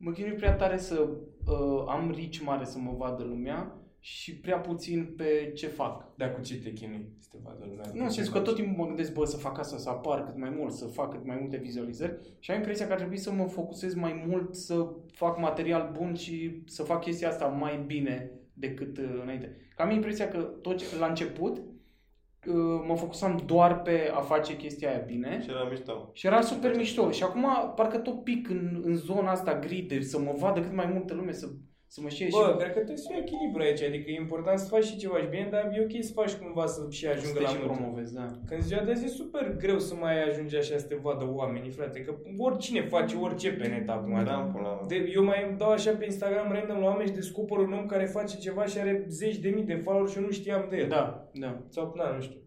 S3: mă chinui prea tare să uh, am rici mare să mă vadă lumea și prea puțin pe ce fac.
S2: Dar Da, cu ce te chinui să te vadă lumea?
S3: Nu, în sensul că tot timpul mă gândesc, bă, să fac asta, să apar cât mai mult, să fac cât mai multe vizualizări și am impresia că ar trebui să mă focusez mai mult să fac material bun și să fac chestia asta mai bine decât uh, înainte. Că am impresia că tot ce, la început uh, mă focusam doar pe a face chestia aia bine.
S1: Și era mișto.
S3: Și era super mișto. Și acum parcă tot pic în, în zona asta gri de să mă vadă cât mai multă lume, să, să mă știe și...
S2: Bă, cred că trebuie să fie echilibru aici, adică e important să faci și ceva și bine, dar e ok să faci cumva să și
S3: să
S2: ajungă
S3: te
S2: la
S3: și
S2: mult.
S3: promovezi, da.
S2: Când ziua de azi e super greu să mai ajungi așa să te vadă oamenii, frate, că oricine face orice pe net acum.
S1: Da, pula mea.
S2: De, eu mai dau așa pe Instagram random la oameni și descoper un om care face ceva și are zeci de mii de follower și eu nu știam de el.
S3: Da, da.
S2: Sau, na, nu știu.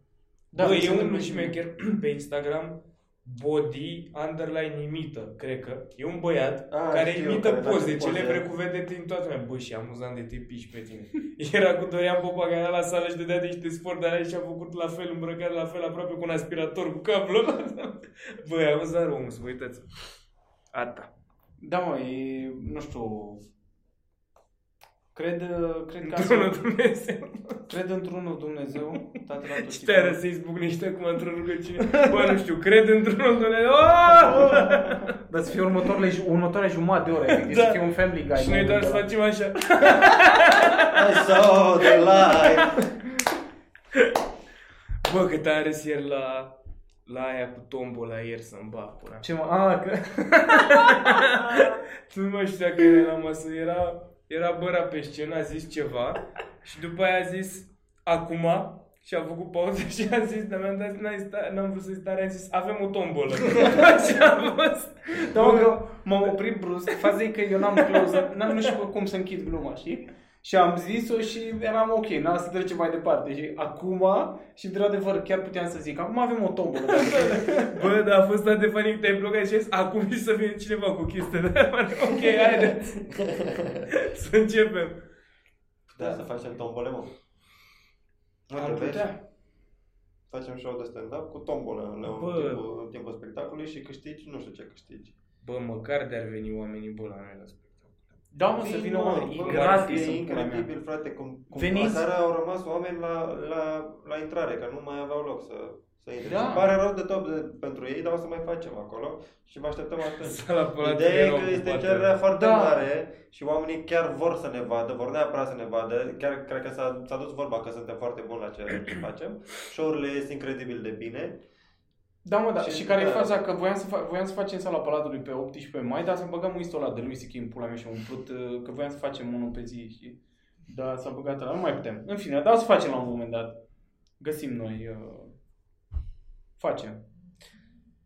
S3: Da,
S2: Da, Bă,
S3: mi se
S2: e
S3: întâmplă
S2: unul
S3: și
S2: și
S3: mie.
S2: maker pe Instagram body underline imită, cred că. E un băiat
S1: Ah,
S2: care
S1: știu,
S2: imită
S1: care face
S2: poze
S1: poze.
S2: celebre cu vedete din toată lumea. Bă, și amuzant de te piși pe tine. Era cu Dorian Popa care era la sală și dădea de niște sport, dar și a făcut la fel, îmbrăcat la fel, aproape cu un aspirator cu cablu. Bă, e amuzant omul, să vă uitați. Ata.
S3: Da, mă, e, nu știu, cred, cred că
S2: Într-unul
S3: asta,
S2: Dumnezeu.
S3: cred într-unul Dumnezeu, tatăl la tot
S2: Și
S3: și
S2: te-a
S3: Părinții.
S2: răsei zbucnește acum într-o rugăciune. Bă, nu știu, cred într-unul Dumnezeu. Oh!
S3: Dar să fie următoarele, ju- următoarea jumătate de oră, efectiv,
S2: Da.
S3: să fie un family guy.
S2: Și noi
S3: moment
S2: doar
S3: de
S2: să
S3: ăla.
S2: facem așa.
S1: I saw the light.
S2: Bă, cât am râs ieri la, la aia cu tombola ieri să-mi bag până.
S3: Ce mă, a, că...
S2: Nu mai știu dacă era la masă, era, era băra pe scenă, a zis ceva și după aia a zis acum și a făcut pauză și a zis, dar mi-am dat, n-ai sta- n-am vrut să-i stare, a zis, avem o tombolă. și a fost.
S3: Da, mă, că m-am oprit brusc, faza e că eu n-am close, n-am, nu știu cum să închid gluma, știi? Și am zis-o și eram ok, n-am să trecem mai departe. Și acum, și într-adevăr, chiar puteam să zic, acum avem o tombolă. dacă vrei.
S2: Bă, dar a fost atât de funny că te-ai blocat și ai zis, acum și să vină cineva cu chestia de Ok, haideți. să începem.
S1: Da, să facem tombole, mă. Nu
S2: Am
S1: trebuie
S2: putea.
S1: Facem show de stand-up cu tombole la
S2: Bă.
S1: timpul, în timpul spectacolului și câștigi, nu știu ce câștigi.
S2: Bă, măcar de-ar veni oamenii bă la noi la spectacol.
S3: Da, mă, să vină
S1: Bă,
S3: oameni.
S1: bă,
S3: E gratis,
S1: E
S3: în pula mea.
S1: incredibil, frate, cum, cum
S3: Veniți.
S1: aseară au rămas oameni la, la, la intrare, că nu mai aveau loc să, să intre.
S3: Da.
S1: Da. Îmi pare rău de tot de, pentru ei, dar o să mai facem acolo și vă așteptăm atunci.
S2: Sala Palatului
S1: Ideea e
S2: era
S1: că este
S2: ocupată.
S1: cererea foarte
S3: Da.
S1: mare și oamenii chiar vor să ne vadă, vor neapărat să ne vadă. Chiar cred că s-a, s-a dus vorba că suntem foarte buni la ce ce facem. Show-urile ies incredibil de bine.
S3: Da, mă, da. Și,
S1: Și-
S3: care e
S1: da.
S3: faza? Că voiam să, fa- voiam să facem sala Palatului pe 18 mai, dar să băgăm uistul ăla de lui C.K. în pula mea și a umplut, uh, că voiam să facem unul pe zi, știi? Da, s-a băgat ăla, nu mai putem. În fine, dar o să facem la un moment dat. Găsim noi, uh, facem.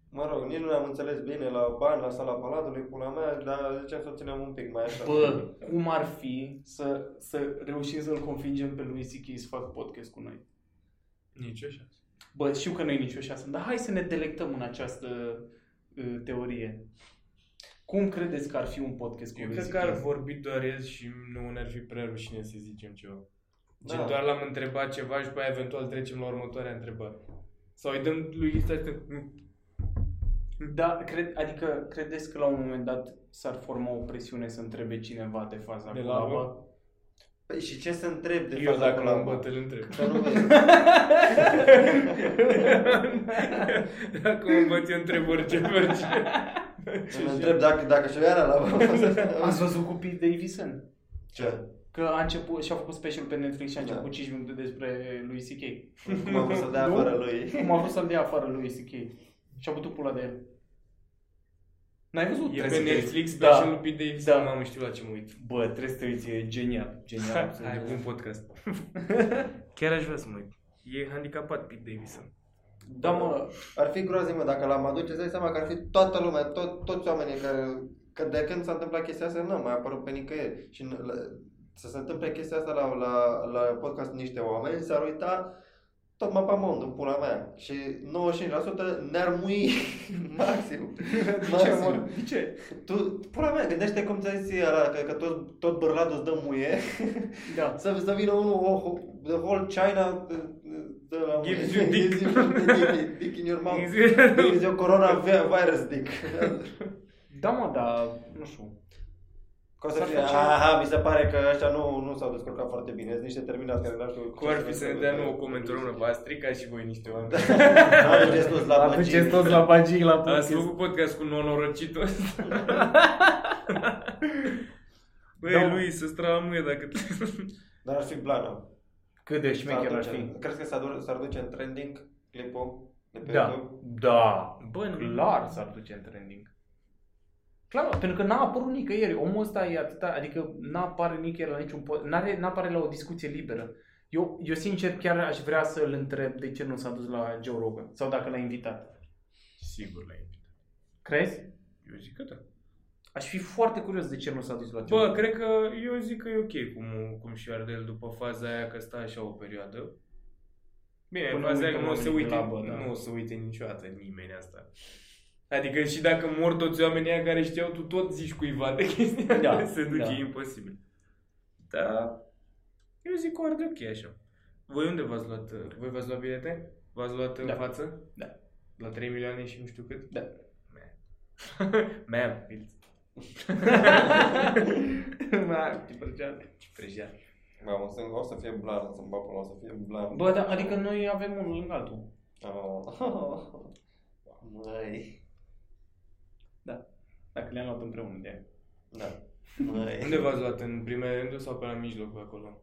S1: Mă rog, nici nu ne-am înțeles bine la bani, la sala Palatului, pula mea, dar zicem să o ținem un pic mai așa.
S3: Bă, cum ar fi să, să reușim să-l convingem pe lui C.K. să facă podcast cu noi?
S2: Nici o șansă.
S3: Bă, știu că nu e nicio șansă, dar hai să ne delectăm în această uh, teorie. Cum credeți că ar fi un podcast cu
S2: Eu
S3: lui
S2: cred
S3: C.K.?
S2: că ar vorbi doar el și nu ne-ar fi prea rușine să zicem ceva. Da.
S1: Da.
S2: Gen, doar l-am întrebat ceva și pe aia eventual trecem la următoarea întrebare. Sau îi dăm lui stai să...
S3: Da, cred, adică credeți că la un moment dat s-ar forma o presiune să întrebe cineva de faza
S2: De
S3: cu
S2: la
S3: apa?
S2: urmă?
S1: Păi și ce se întreb de
S2: Eu
S1: faza
S2: dacă
S1: pula
S2: l-am
S1: mea?
S2: băt, îl întreb.
S1: Să nu vezi.
S2: dacă mă băt, eu întreb orice merge.
S1: Îl întreb dacă, dacă și-o ia la
S3: Ați văzut cu Pete Davidson?
S1: Ce?
S3: Că a început și-a făcut special pe Netflix și a
S1: Da.
S3: început 5 minute despre lui C.K.
S1: Cum am vrut să dea
S3: Nu?
S1: afară lui.
S3: Cum a vrut să-l dea afară lui C.K. Și-a putut pula de el. N-ai văzut?
S2: E
S3: Trebuie
S2: pe
S3: să te uiți.
S2: Netflix,
S3: Da.
S2: specialul Pete Davidson,
S3: Da.
S2: mamă, știu la ce mă uit.
S3: Bă, trebuie să te uiți, e genial. Genial, absolut.
S2: Ai un podcast. Chiar aș vrea să mă uit. E handicapat Pete Davidson.
S3: Da, mă,
S1: Ar fi groaznic, mă, dacă l-am aduce, îți dai seama că ar fi toată lumea, tot, toți oamenii care... Că de când s-a întâmplat chestia asta, nu a mai apărut pe nicăieri. Și n- la- să se întâmple chestia asta la, la, la podcast niște oameni, s-ar uita tot mapamond în pula mea. Și 95% ne-ar mui maxim.
S3: de ce, mă? De ce?
S1: Tu, pula mea, gândește cum ți-ai zis ăla, că, că tot, tot bărlatul îți dă muie.
S3: Da.
S1: Să, să vină unul, oh, the whole China uh, uh, de la
S2: Gives you dick. Exact.
S1: Gives you dick, dick in your mouth. Gives you coronavirus dick.
S3: Da, mă, da, nu știu.
S1: Că o să
S3: S-ar
S1: fie,
S3: face-
S1: aha, mi se pare că ăștia nu, nu s-au descurcat foarte bine. Sunt niște terminați care n-aș știu...
S2: Cum ar fi să ne dea nouă comentul română? V-a stricat și voi niște oameni.
S1: Aduceți toți la
S3: Aduceți
S1: băgini.
S3: toți la bagii la
S2: Ați
S3: podcast.
S2: făcut podcast cu nonorăcitul ăsta. Băi,
S3: Da.
S2: Da. lui, să strălă mâie dacă...
S1: Dar ar fi blană.
S3: Cât de
S1: S-ar
S3: șmecher ar
S1: duce-
S3: fi.
S1: Crezi că s-ar, du- s-ar duce în trending clipul de pe
S3: Da,
S1: YouTube?
S3: da,
S2: Bă, nu.
S3: clar s-ar duce în trending. Clar, mă, pentru că n-a apărut nicăieri. Omul ăsta e atâta, adică n-apare nicăieri la niciun post, n-are, n-apare la o discuție liberă. Eu, eu sincer chiar aș vrea să-l întreb de ce nu s-a dus la Joe Rogan sau dacă l-a invitat.
S2: Sigur la invitat.
S3: Crezi?
S2: Eu zic că da.
S3: Aș fi foarte curios de ce nu s-a dus la
S2: Bă,
S3: Joe Rogan.
S2: cred că eu zic că e ok cum, cum și Ardel după faza aia că stă așa o perioadă. Bine,
S3: Până
S2: Până faza aia
S3: uită
S2: că nu o să
S3: oamenii
S2: uite,
S3: de labă, da.
S2: nu o să uite niciodată nimeni asta. Adică și dacă mor toți oamenii aia care știau, tu tot zici cuiva de chestia
S3: Da,
S2: da, se duce,
S3: da.
S2: da. e imposibil. Da, eu zic că o arde ok așa. Voi unde v-ați luat, uh, voi v-ați luat bilete? V-ați luat
S3: Da.
S2: în față?
S3: Da.
S2: La 3 milioane și nu știu cât?
S3: Da.
S2: Man. Man, Bill.
S3: Ma, ce Da, plăcea.
S2: Ce prejat.
S1: Bă, o să, o să fie blan, o să-mi bag până, o să fie blan.
S3: Bă, da, adică noi avem unul lângă altul.
S1: Oh. Măi.
S3: Dacă le-am luat împreună de aia.
S1: Da. Măi.
S2: Unde v-ați luat? În primele rânduri sau pe la mijloc pe acolo?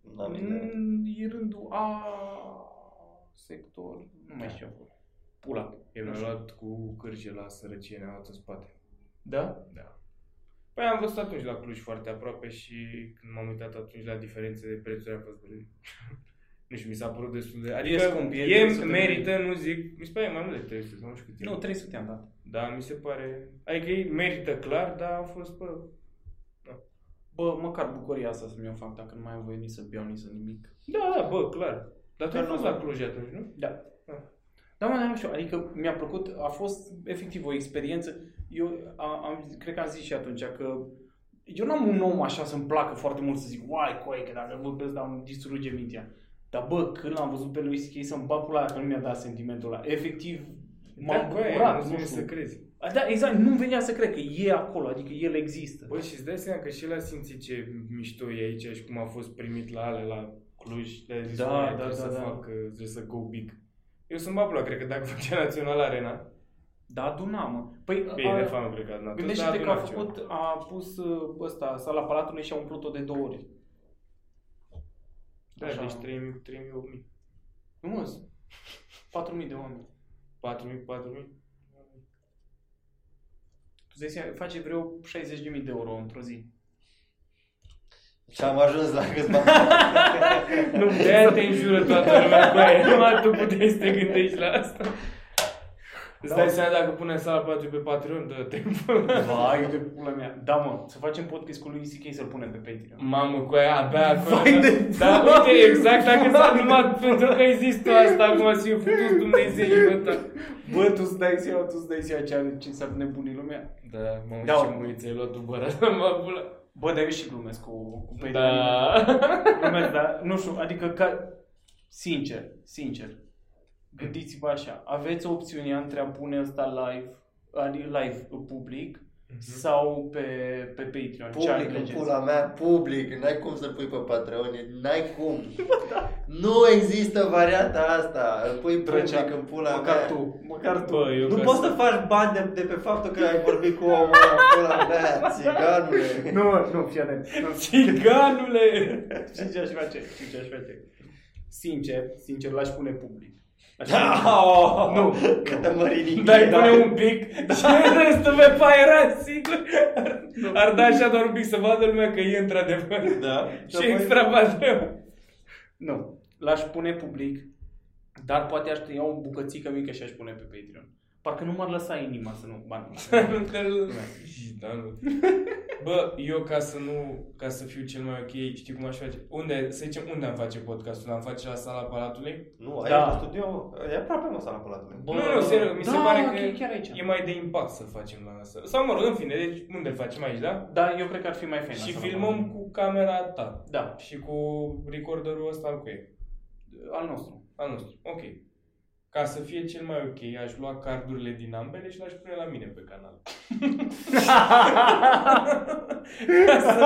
S1: Da, bine.
S3: Mm, E rândul A sector, nu mai știu acolo. Pula.
S2: Eu
S3: Nu
S2: mi-am
S3: știu.
S2: luat cu cârje la sărăcie, ne-am luat în spate.
S3: Da?
S2: Da. Păi am văzut atunci la Cluj foarte aproape și când m-am uitat atunci la diferențe de prețuri am fost bine. nu știu, mi s-a părut destul de... Adică
S3: scump, e
S2: e,
S3: 300 de
S2: merită, nu zic, mi se pare mai mult de 300, sau nu știu cât e.
S3: Nu, 300 am dat.
S2: Da, mi se pare... Adică ei merită clar, dar am fost, bă,
S3: Bă, măcar bucuria asta să mi-o fac dacă nu mai am voie nici să beau, nici să nimic.
S2: da, da, bă, clar. Dar tu
S1: Că
S2: ai
S1: nu
S2: fost
S1: mă-
S2: la Cluj atunci, nu?
S3: Da.
S2: Ah.
S3: Da, mă, dar nu știu, adică mi-a plăcut, a fost efectiv o experiență. Eu a, am, cred că am zis și atunci că eu n-am un om așa să-mi placă foarte mult să zic, uai, coi, că dacă vorbesc, dar îmi distruge mintea. Dar bă, când l-am văzut pe lui C.K. să-mi bag pula dacă nu mi-a dat sentimentul ăla. Efectiv, m-am
S2: bă,
S3: bucurat,
S2: Da, nu
S3: nu
S2: vine
S3: știu.
S2: să crezi.
S3: A, Da, exact, nu venea să cred că e acolo, adică el există.
S2: Bă, și îți dai seama că și el a simțit ce mișto e aici și cum a fost primit la ale, la Cluj, le-a zis,
S3: Da,
S2: "Oameni,
S3: da,
S2: trebuie
S3: da,
S2: să
S3: da.
S2: fac, uh, trebuie să go big. Eu sunt babula, cred că dacă făcea Național Arena,
S3: Da, aduna, mă. Păi,
S2: bine,
S3: a-
S2: de fapt, nu cred că Da, adunat.
S3: gândește-te că a făcut, a pus ă, ăsta, sala palatului și a umplut-o de două ori.
S2: Da,
S3: așa.
S2: deci 3.000, 3.000, 8.000,
S3: Nu mă, 4.000 de oameni.
S2: 4.000, 4.000.
S3: Tu zici, face vreo 60.000 de euro într-o zi.
S1: Și am ajuns la câți bani.
S2: Nu, de-aia te înjură toată lumea cu aia, numai tu puteai să te gândești la asta.
S3: Da,
S2: Îți dai seama dacă pune sala 4 pe Patreon, dă timpul.
S3: Vai de pula mea. Da, mă, să facem podcast cu lui C.K. să-l punem pe Patreon.
S2: Mamă, cu aia abia acolo.
S3: Vai de-
S2: Dar uite, există dacă s-a numai pentru că există asta acum și eu putut Dumnezeu ta.
S3: Bă, tu îți dai seama, tu îți dai seama ce are, ce s-ar nebuni lumea.
S2: Da, mă,
S3: Da.
S2: da. ce muiță ai luat tu băra asta, mă pula.
S3: Bă, dar eu și glumesc cu, cu Patreon.
S2: Da.
S3: Glumesc, dar nu știu, adică ca... Sincer, sincer. Gândiți-vă așa, aveți opțiunea între a pune asta live, adică live public, sau pe, pe Patreon. Ce ar
S5: Mhm. Public, în
S3: alegeți?
S5: pula mea, public, n-ai cum să pui pe Patreon, e- n-ai cum. da. Nu există varianta asta, îl pui
S3: Drăcea,
S5: public în pula mea.
S3: Măcar tu, măcar tu.
S2: Bă, eu
S1: Nu
S2: ca
S1: poți să faci bani de, de pe faptul că ai vorbit cu omul ăla, pula mea, țiganule.
S3: Nu, mă, nu, fii atent. Nu,
S2: Țiganule!
S3: Știi ce aș face? Știi ce aș face? Sincer, sincer, l-aș pune public. Aș
S2: Ah!
S1: Oh,
S3: Nu.
S1: Că te mări din
S2: Dai
S3: Da.
S1: ghiul.
S2: pune un pic și restul pe paierat, sigur. Ar, ar da așa doar un pic să vadă lumea că e într-adevăr.
S1: Da.
S2: Și extra patron.
S3: Nu, l-aș pune public, dar poate aș tăia o bucățică mică și aș pune pe Patreon. Parcă nu m-ar lăsa inima să nu bani.
S2: Gitanul. da, Bă, eu ca să nu, ca să fiu cel mai ok, știi cum aș face? Unde, să zicem, unde am face podcastul? Am face la sala Palatului?
S1: Nu, ai
S3: Da.
S1: da. studio, mă. E aproape, mă, sala palatului.
S2: Bă, nu, nu, serios, mi se
S3: da,
S2: pare
S3: ok,
S2: că
S3: chiar aici.
S2: E mai de impact să facem la asta. Sau mă rog, în fine, deci unde facem aici, da?
S3: Da, eu cred că ar fi mai fain.
S2: Și
S3: așa,
S2: filmăm cu camera ta
S3: Da,
S2: și cu recorderul ăsta cu ei,
S3: al nostru.
S2: al nostru. Ok. Ca să fie cel mai ok, aș lua cardurile din ambele și le-aș pune la mine pe canal. ca, să,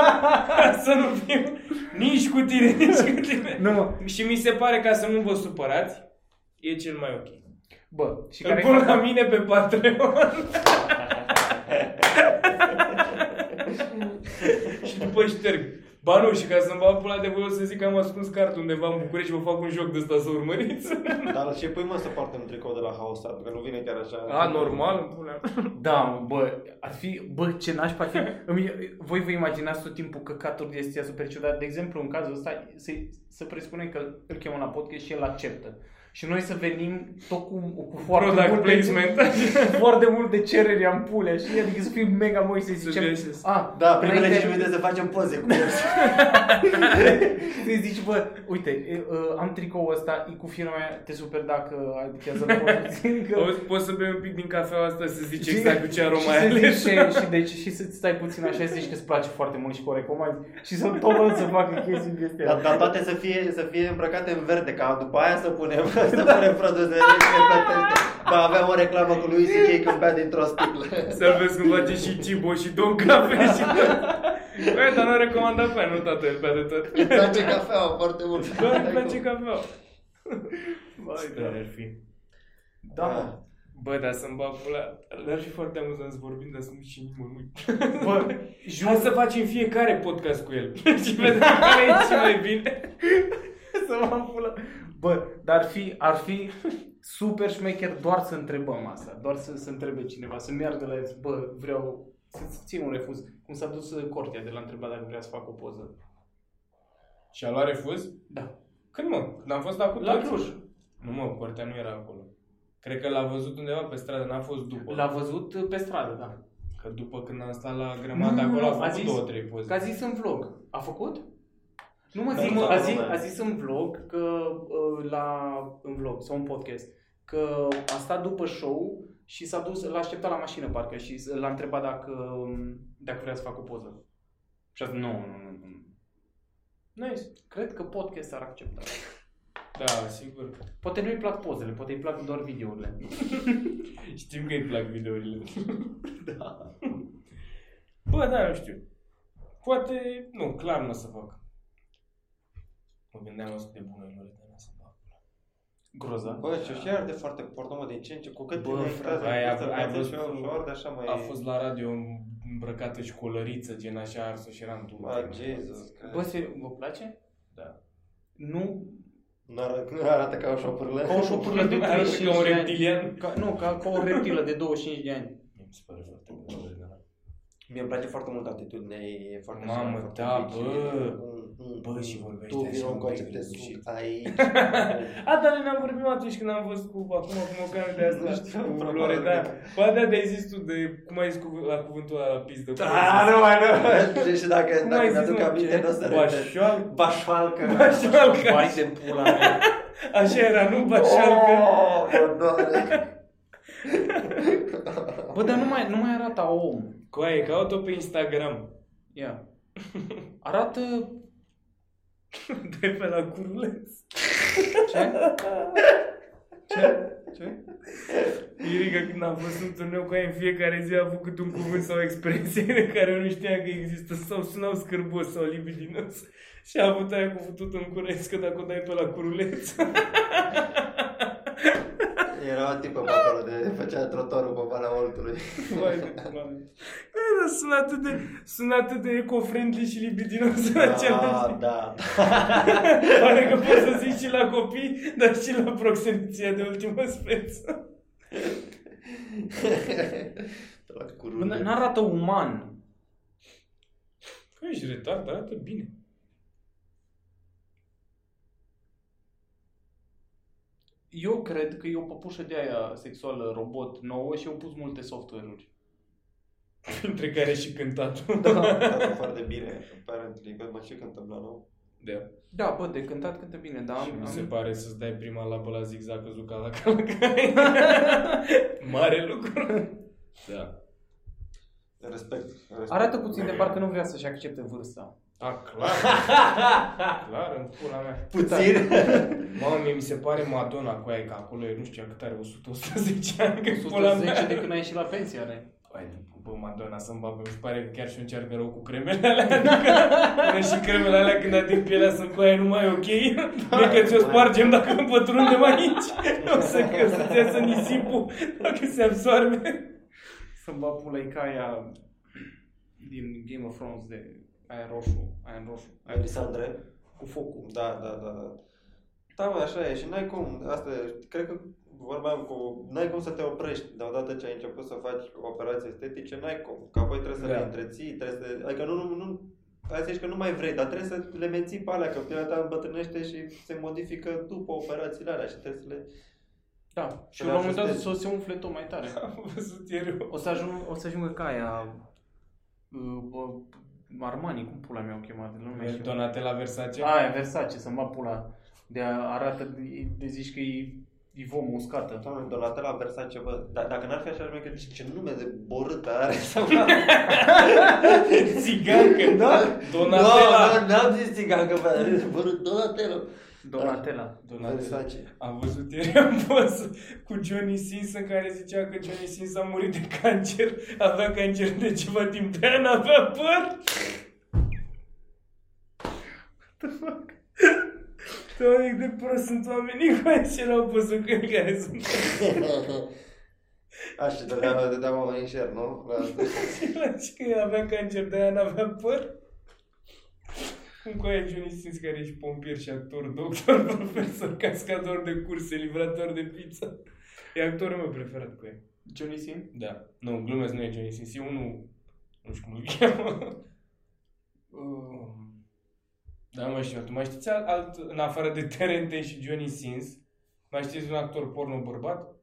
S2: ca să nu fiu nici cu tine, nici cu tine.
S3: Nu,
S2: Și mi se pare, ca să nu vă supărați, e cel mai ok.
S3: bă, și
S2: Îl
S3: care
S2: pun la mine pe Patreon. și după șterg. Ba nu, și ca să-mi va pula de voi, o să zic că am ascuns cartul undeva în București și vă fac un joc de ăsta să urmăriți.
S1: Dar ce pui mă să poartăm tricou de la Hausat? Că nu vine chiar așa.
S2: A, normal, în pula.
S3: Da, bă, ar fi, bă, ce nașpa ar fi. Îmi, voi vă imaginați tot timpul căcaturi de astea super ciudate. De exemplu, în cazul ăsta, să, să presupunem că îl chemăm la podcast și el acceptă. Și noi să venim tot cu, cu foarte
S2: Product
S3: mult
S2: placement.
S3: foarte multe cereri am pulea și adică să fim mega moi să zicem
S2: Sugestii.
S3: a,
S5: Da, primele 5
S3: înainte,
S5: minute să facem poze cu el.
S3: să zici, bă, uite, e, uh, am tricoul ăsta, e cu firma mea, te super dacă ai putea să-l porți. Că-
S2: Auzi, poți să bei un pic din cafea asta să zici
S3: Și-
S2: exact cu ce aromă ai
S3: și să
S2: ales.
S3: zici ce- și, deci, și să-ți stai puțin așa și să zici că îți place foarte mult și că o recomand și să-l tot să facă chestii de astea.
S5: Dar, dar toate să fie, să fie îmbrăcate în verde, ca după aia să punem, să punem produse ce plătește. Da, aveam o reclamă cu lui C.K. când bea dintr-o sticlă.
S2: Să vezi cum face și Cibo și Don Cafe și Băi, dar nu recomandat pe aia, nu tată, pe de tot.
S5: Îmi place cafeaua foarte mult.
S2: Doar Da, îmi place cafea.
S3: Vai,
S2: Dar ar fi.
S3: Da,
S2: Bă, dar să-mi bag pula. Dar ar fi foarte amuzant să vorbim, dar să nu și nimănui.
S3: bă,
S2: Hai să facem fiecare podcast cu el. și vedem care e cel mai bine.
S3: să mă pula. Bă, dar ar fi, ar fi super șmecher doar să întrebăm asta, doar să, să întrebe cineva, să meargă la el, zic, bă, vreau să ții un refuz, cum s-a dus uh, Cortea de la întrebat dacă vrea să fac o poză.
S2: Și a luat refuz?
S3: Da.
S2: Când mă? N-am fost acum
S3: La
S2: toți?
S3: Cluj.
S2: Nu mă, cortea nu era acolo. Cred că l-a văzut undeva pe stradă, n-a fost după.
S3: L-a văzut uh, pe stradă, da.
S2: Că după când am stat la grămadă
S3: Nu, nu,
S2: acolo,
S3: nu,
S2: a
S3: a
S2: făcut
S3: zis-
S2: două, trei poze.
S3: Că a zis în vlog. A făcut? Nu mă
S1: Da,
S3: zic,
S1: nu,
S3: mă, a,
S1: toată
S3: zis,
S1: lumea.
S3: a zis în vlog că uh, la în vlog sau în podcast că a stat după show și s-a dus, l-a așteptat la mașină parcă și s- l-a întrebat dacă, um, dacă vrea să facă o poză. Și a zis, nu, nu, nu, nu. Nice. Cred că podcast ar accepta.
S2: Da, sigur.
S3: Poate nu-i plac pozele, poate îi plac doar videourile.
S2: Știm că îi plac videourile. da.
S3: Da.
S2: Bă, da, nu știu. Poate, nu, clar nu o să fac. Mă gândeam o să de bună lor, dar nu o să fac.
S3: Grozav.
S1: Bă, și și de foarte portomă din ce în ce, cu cât
S3: Bă,
S1: mai
S3: frate,
S1: frate,
S2: ai-
S1: ai,
S2: ai
S1: ai
S2: văzut-
S1: văzut ușor, de așa mai...
S2: A fost la radio îmbrăcată și colăriță, gen așa arsă și eram tu.
S1: Ah, Jesus.
S3: Bă, se, vă place?
S2: Da.
S3: Nu?
S5: Nu arată, nu arată ca o șopârlă.
S3: Ca o șopârlă de
S2: Arată
S3: 35 de
S2: ca un
S3: ani.
S2: reptilian.
S3: Ca, nu, ca, ca o reptilă de 25 de ani.
S2: Mi se pare foarte bună. da.
S1: Mie îmi place foarte mult atitudinea ei, e foarte
S2: Mamă,
S1: așa, foarte
S2: da,
S1: obicei.
S2: bă.
S1: Mm, mm,
S2: Bă,
S1: mm.
S2: și vorbește
S1: Tu
S2: așa
S1: vino
S2: un
S1: în concepte
S2: pic
S1: sunt
S2: și-
S1: aici.
S2: A, dar noi ne-am vorbit atunci când am fost cu, acum cu mocanul de
S1: Nu
S2: asta,
S1: știu,
S2: cu
S1: probabil.
S2: Loredana. Ba da, de-ai zis tu de, cum ai zis cu, la cuvântul ăla la pizdă.
S1: Da, nu mai nu.
S5: Și- Și
S1: Da,
S5: dacă,
S2: Cum
S5: dacă
S2: ai
S5: mi-aduc
S2: zis, mă,
S5: aminte,
S2: ce?
S5: nu o să râdă.
S2: Bașoal?
S1: Bașfalcă.
S2: Bașfalcă.
S1: Vai de pula mea.
S2: Așa era, nu? Bașoalcă?
S5: Oh, mă doare.
S3: Bă, dar nu mai, nu mai arată a om.
S2: Coaie, caut-o pe Instagram.
S3: Ia. Arată...
S2: De pe la curuleț.
S3: Ce?
S2: Irica, când am fost în turneu cu aia, în fiecare zi a avut câte un cuvânt sau o expresie de care nu știa că există sau sunau scârbos sau libidinos. Și a avut aia cu futut în cureț, că dacă o dai pe la curuleț.
S5: Era o tipă pe acolo de făcea trotorul pe Valea Oltului.
S2: Vai, de pula mea. Da, sună atât de, sună atât de eco-friendly și libidinos în același
S5: Da, da.
S2: timp. Pare că poți să zici și la copii, dar și la proxemiția de ultimă speță.
S5: De la
S3: Bă,
S5: curul.
S3: n- N-arată uman.
S2: Că Păi, ești retard, arată bine.
S3: Eu cred că e o păpușă de aia sexuală robot nouă și au pus multe software-uri.
S2: Între care și cântatul.
S1: Arată foarte bine, apparently, că mă și cântăm la nou.
S2: Da.
S3: Da, bă, de cântat cântă bine, dar
S2: Și
S3: am...
S2: mi se
S3: am...
S2: pare să-ți dai prima labă la zigzag căzut ca la calacai. Mare lucru. Da.
S1: Respect. respect.
S3: Arată puțin de parcă nu vrea să-și accepte vârsta.
S2: A, clar. clar, în pula mea.
S5: Puțin.
S2: Mamă, mie mi se pare Madonna cu aia, că acolo e, nu știu cât are, 100, 110 ani, că pula
S3: 110
S2: mea.
S3: de când a ieșit la pensie are.
S2: Hai, bă, Madonna să-mi babă, mi se pare că chiar și încearcă rău cu cremele alea, adică până și cremele alea când ating pielea sunt cu aia, nu mai e ok, da, că ți-o spargem dacă împătrundem aici, o să, o să-ți iasă nisipul dacă se absorbe.
S3: Să-mi va pula ca aia din Game of Thrones de Aia în roșu, aia în roșu.
S1: Melisandre.
S3: Cu focul.
S1: Da, da, da, da. Da, mă, așa e și n-ai cum, asta e. cred că vorbeam cu, n-ai cum să te oprești de odată ce ai început să faci operații estetice, n-ai cum, că apoi trebuie să
S2: Da.
S1: le întreții, trebuie să, adică nu, nu, nu, hai să zici că nu mai vrei, dar trebuie să le menții pe alea, că pielea ta îmbătrânește și se modifică după operațiile alea și trebuie să le...
S3: Da. Și
S1: Le
S3: la un moment dat
S1: ajustezi.
S3: o să se umfle tot mai tare.
S2: Am văzut ieri o-
S3: O să, ajung, o să ajungă ca aia... uh, bă, Armani, cum pula mea o chemat? Nu mai știu.
S2: Donatella Versace.
S3: Aia, Versace, să-mi bat pula. De arată, de zici că e, e vom uscată.
S1: Doamne, Donatella Versace, bă, da, dacă n-ar fi așa, mai că ce nume de borâtă are sau...
S2: Țigancă.
S1: da?
S2: Donatella.
S1: Nu, n-am zis țigan, că bă, Donatella.
S3: Donatella.
S2: Donatella.
S1: Versace.
S2: Am văzut ieri am fost cu Johnny Simpson care zicea că Johnny Simpson a murit de cancer, avea cancer de ceva timp de an, avea păr. Doamne, cât de prost sunt oamenii cu aia și erau păzucări care sunt
S1: Așa, dădeam, dădeam oamenii share, nu? La...
S2: și că avea cancer de aia n-avea păr. Cum cu aia Johnny Sins care ești pompier și actor, doctor, profesor, cascador de curse, livrator de pizza. E actorul meu preferat cu ea.
S3: Johnny Sin?
S2: Da. Nu, glumesc, nu e Johnny Sins. E unul... Nu știu cum îl cheamă.
S3: Uh,
S1: Um,
S2: Da, mă știu. Tu mai știți alt, alt, în afară de Terente și Johnny Sins? Mai știți un actor porno bărbat?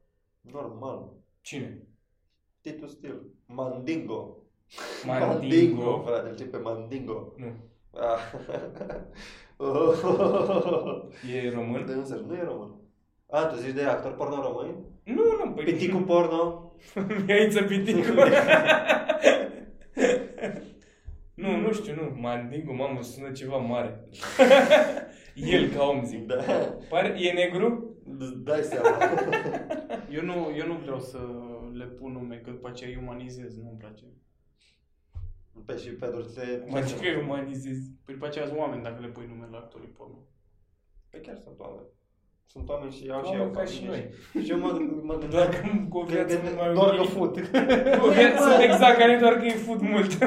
S1: Normal.
S2: Cine?
S1: Titus Steel. Mandingo. Oh,
S2: Mandingo.
S1: Frate, începe Mandingo.
S2: Nu.
S1: Ah. Oh.
S2: E român?
S1: de însă, nu e român. A, tu zici de actor porno român?
S2: Nu, nu, păi...
S1: Piticu porno?
S2: Mi-ai țăpitit Nu, nu știu, nu. Mandingo, mamă, sună ceva mare. El ca om, zic.
S1: Da.
S2: Pare, e negru?
S1: Îți dai seama.
S3: eu, nu, eu nu vreau să le pun nume, că după aceea iumanizez, nu-mi place.
S1: Pe și pe durțe.
S2: Mă zic că e umanizez.
S3: Păi după aceea sunt oameni dacă le pui numele la actorii porno.
S1: Pe Păi chiar sunt oameni. Sunt oameni și au și
S2: Oameni
S1: eu
S2: ca și
S1: familie
S2: noi.
S1: Și eu mă, mă
S2: Doar
S1: gândeam
S2: că cu o
S1: Cred
S2: viață
S1: că
S2: mult mai
S1: doar
S2: ok.
S1: că fut.
S2: Cu o viață, exact, care doar că îi fut mult.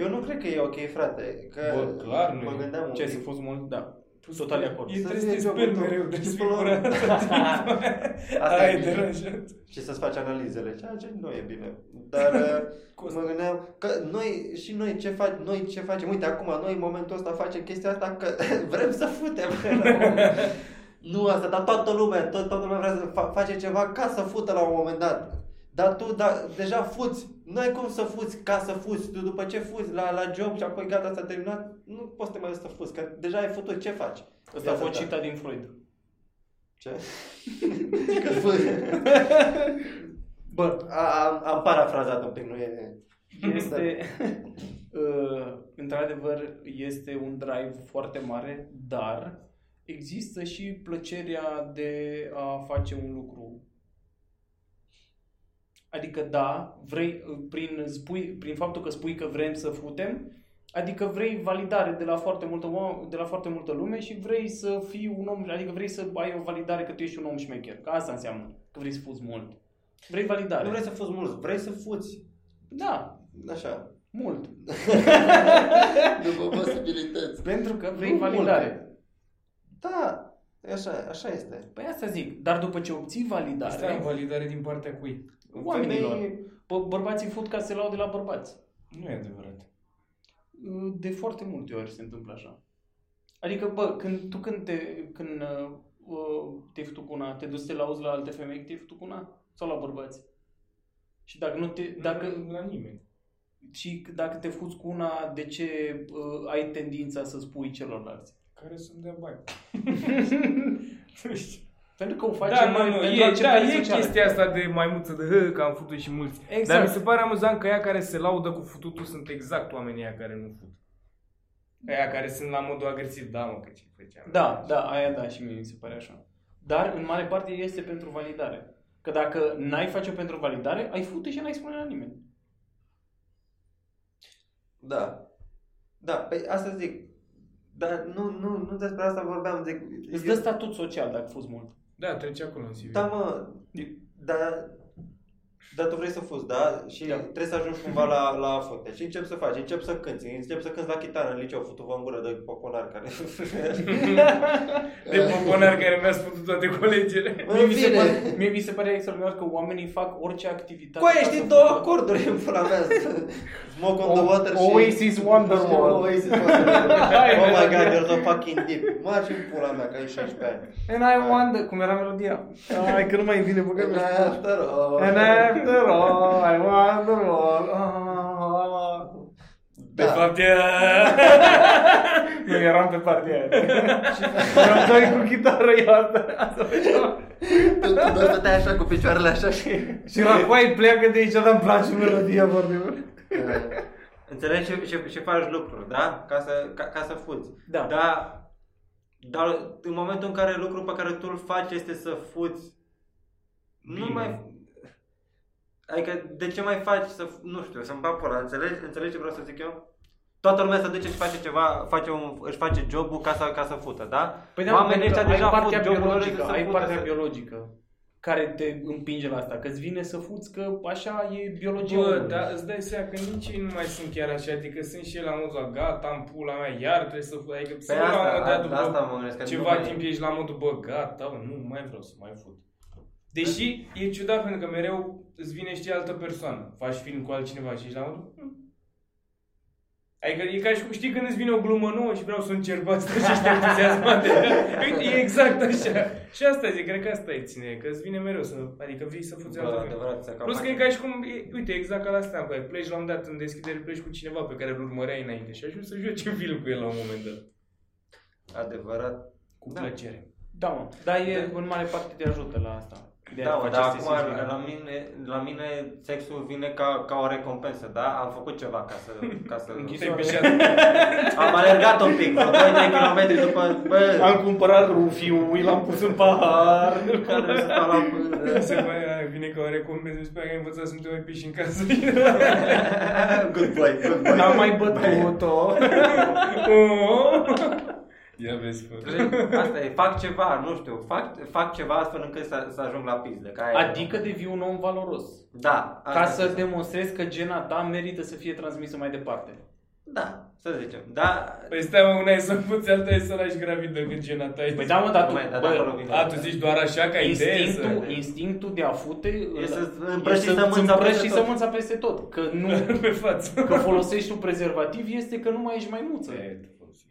S1: Eu nu cred că e ok, frate. Că
S2: Bă, clar nu
S1: mă
S2: e.
S1: gândeam un
S3: Ce, să
S1: pic.
S3: fost mult? Da. Total de acord.
S2: E
S1: Să
S2: trebuie să
S1: fie
S2: te
S1: jobul
S2: speli
S1: tău.
S2: mereu,
S1: Și
S2: trebuie să fii
S1: până la-
S2: curat.
S1: Asta
S2: Aia e
S1: e bine.
S2: deranjant.
S1: și să-ți faci analizele, ceea ce nu e bine. Dar uh, mă gândeam că noi și noi ce, fac, noi ce facem, uite acum noi în momentul ăsta facem chestia asta că vrem să futem. nu asta, dar toată lumea, tot, toată lumea vrea să fa- face ceva ca să fută la un moment dat. Dar tu da, deja fuți, nu ai cum să fuți ca să fuți, tu după ce fuți la, la job și apoi gata s-a terminat, nu poți să te mai duci să fuți, că deja ai futut, ce faci?
S3: Asta a
S1: Viața
S3: fost
S1: ta.
S3: cita din Freud.
S1: Ce? că fuți.
S3: Bă,
S1: A- Am, am parafrazat un pic, nu e...
S3: este... uh, într-adevăr, este un drive foarte mare, dar există și plăcerea de a face un lucru. Adică da, vrei prin, spui, prin faptul că spui că vrem să futem, adică vrei validare de la foarte multă o- de la foarte multă lume și vrei să fii un om, adică vrei să ai o validare că tu ești un om șmecher. Că asta înseamnă că vrei să fuți mult. Vrei validare.
S1: Nu vrei să fuți mulți, vrei să fuți.
S3: Da,
S1: Așa.
S3: mult.
S5: După posibilități.
S3: Pentru că vrei
S1: Nu
S3: validare.
S1: multe. Da, e așa, așa este.
S3: Păi asta zic, dar după ce obții
S2: Asta e
S3: validare,
S2: validare din partea cui?
S3: oamenilor,
S1: Femeii-
S3: bă, bărbații fut ca să se laude la bărbați.
S2: Nu e adevărat.
S3: De foarte multe ori se întâmplă așa. Adică, bă, când, tu când te, când, uh, uh, te-ai făcut cu una, te duci să te lauzi la alte femei că te-ai făcut cu una? Sau la bărbați? Și dacă nu te,
S2: Mm.
S3: dacă,
S2: la nimeni.
S3: și dacă te fuți cu una, de ce uh, ai tendința să spui celorlalți?
S2: Care sunt de bani. Nu știu.
S3: Păi Pentru că o faci
S2: Da, mă, nu, e, da, e
S3: socială.
S2: chestia asta de maimuță de hă, că am futut și mulți.
S3: Exact.
S2: Dar mi se pare amuzant că ea care se laudă cu fututul sunt exact oamenii aia care nu fut. Aia care sunt la modul agresiv, da, mă, că ce făceam.
S3: Da, da, aia da, și mie mi se pare așa. Dar, în mare parte, este pentru validare. Că dacă n-ai face-o pentru validare, ai fute și n-ai spune la nimeni.
S1: Da. Da, păi asta zic. Dar nu, nu, nu despre asta vorbeam, zic...
S3: Îți
S1: eu-
S3: dă statut social dacă fuzi mult.
S2: Da, trece acolo în CV.
S1: Da, mă, dar
S5: Dar tu vrei să fuzi, da? Și da. trebuie să ajungi cumva la, la funte. Și încep să faci, încep să cânti, încep să cânti la chitară în liceu, futu-vă în gură de poponar care...
S2: De poponar care mi-a spus toate colegele.
S3: Mie mi, se pare, mie mi se pare extraordinar că oamenii fac orice activitate.
S5: Coaie,
S3: ca să
S5: știi două
S3: facă-
S5: acorduri în pula mea. Smoke on the water și...
S3: Oasis Wonderwall.
S5: Oasis Wonderwall. Oh my god,
S3: Hai,
S5: you're so fucking deep. Marci în pula mea, că ai 16 ani.
S3: And I wonder... Cum era melodia? Hai că nu mai vine, bă, că
S5: And
S3: nu știu.
S5: after all...
S3: And after all, I wonder all. Ah.
S2: De fapt e...
S3: Nu, eram pe partea aia. Eram doi cu chitară, eu asta. asta făceam.
S6: Tu, tu doar stăteai așa cu picioarele așa și...
S3: Și Racoai pleacă de aici, dar îmi place melodia, vorbim.
S1: Înțelegi și, și, și faci lucruri, da? Ca să, ca, ca să fuți.
S3: Da.
S1: Dar, dar în momentul în care lucrul pe care tu îl faci este să fuți, nu
S2: Bine.
S1: mai... Adică de ce mai faci să... Nu știu, să-mi bag pula, înțelegi? Înțelegi ce vreau să zic eu? Toată lumea se duce și face ceva, face un, își face jobul ca să, ca să fută, da?
S3: Păi
S1: da, Oamenii
S3: pentru că
S1: ăștia deja
S3: ai partea
S1: fut jobul lor
S3: biologică,
S1: și se
S3: ai
S1: fută,
S3: partea
S1: se-
S3: biologică care te împinge la asta, că îți vine să fuți că așa e biologia.
S2: Bă,
S3: omului.
S1: da,
S2: dar îți dai seama că nici ei nu mai sunt chiar așa, adică sunt și el la modul ăla, gata, am pula mea, iar trebuie să fut, adică
S1: Pe
S2: sunt la un
S1: asta,
S2: moment
S3: da,
S1: a,
S2: dat
S1: la
S2: după
S1: asta mă gândesc. că nu
S2: ceva
S1: mai-
S2: timp ești la modul, bă, gata, bă, nu mai vreau să mai fut. Deși
S1: Da.
S2: e ciudat pentru că mereu îți vine și altă persoană. Faci film cu altcineva și ești la modul, "Hm." Adică e ca și cum știi când îți vine o glumă nouă și vreau să încerc asta și ești entuziasmat de ea. Uite, e exact așa. Și asta zic, cred că asta e ține, că îți vine mereu să, adică vrei să fuți
S1: Bă, da,
S2: altă film.
S1: adevărat, să
S2: Plus că e ca și cum, e, uite, exact ca la asta, bă, pleci la un moment dat în deschidere, pleci cu cineva pe care îl urmăreai înainte și ajungi să joci un film cu el la un moment dat.
S1: Adevărat.
S2: Cu
S1: Da.
S2: plăcere.
S3: Da, mă. Dar e, în mare parte te ajută la asta. De a
S1: Da, mă,
S3: face
S1: dar
S3: să te
S1: acum
S3: simți bine.
S1: la mine, la mine sexul vine ca, ca o recompensă, da? Am făcut ceva ca să... Ca să...
S2: Te-ai
S3: Soare.
S2: pișat.
S1: Am alergat un pic, vreo 2-3 km după... Bă,
S3: Am cumpărat rufiul, i l-am pus în pahar.
S1: care să stau la
S2: Se mai vine ca o recompensă, mi se pare că "Păi, ai învățat să nu te mai piși în casă.
S5: Good boy, good boy.
S3: N-am mai bătut-o. Oh.
S2: Ia vezi, bă.
S1: până. Asta e, fac ceva, nu știu, fac, fac ceva astfel încât să, să ajung la pizde. Ca aia.
S3: Adică devii un om valoros.
S1: Da.
S3: Ca
S1: asta
S3: să
S1: este.
S3: demonstrezi că gena ta merită să fie transmisă mai departe.
S1: Da, să zicem. Da,
S2: Păi stai mă, una e să puți, alta e să lași gravidă când gena ta e.
S3: Păi da, mă, dar tu,
S1: Mai, dar de acolo
S3: bă,
S1: vine.
S2: A, tu zici doar așa ca idee să...
S3: instinctul, instinctul de a fute
S1: E să-ți
S3: ăla,
S1: împrăși
S3: să-ți
S1: sămânța
S3: împrăși
S1: peste tot.
S3: sămânța peste tot. Că, nu,
S2: Pe față.
S3: că folosești un prezervativ este că nu mai ești maimuță.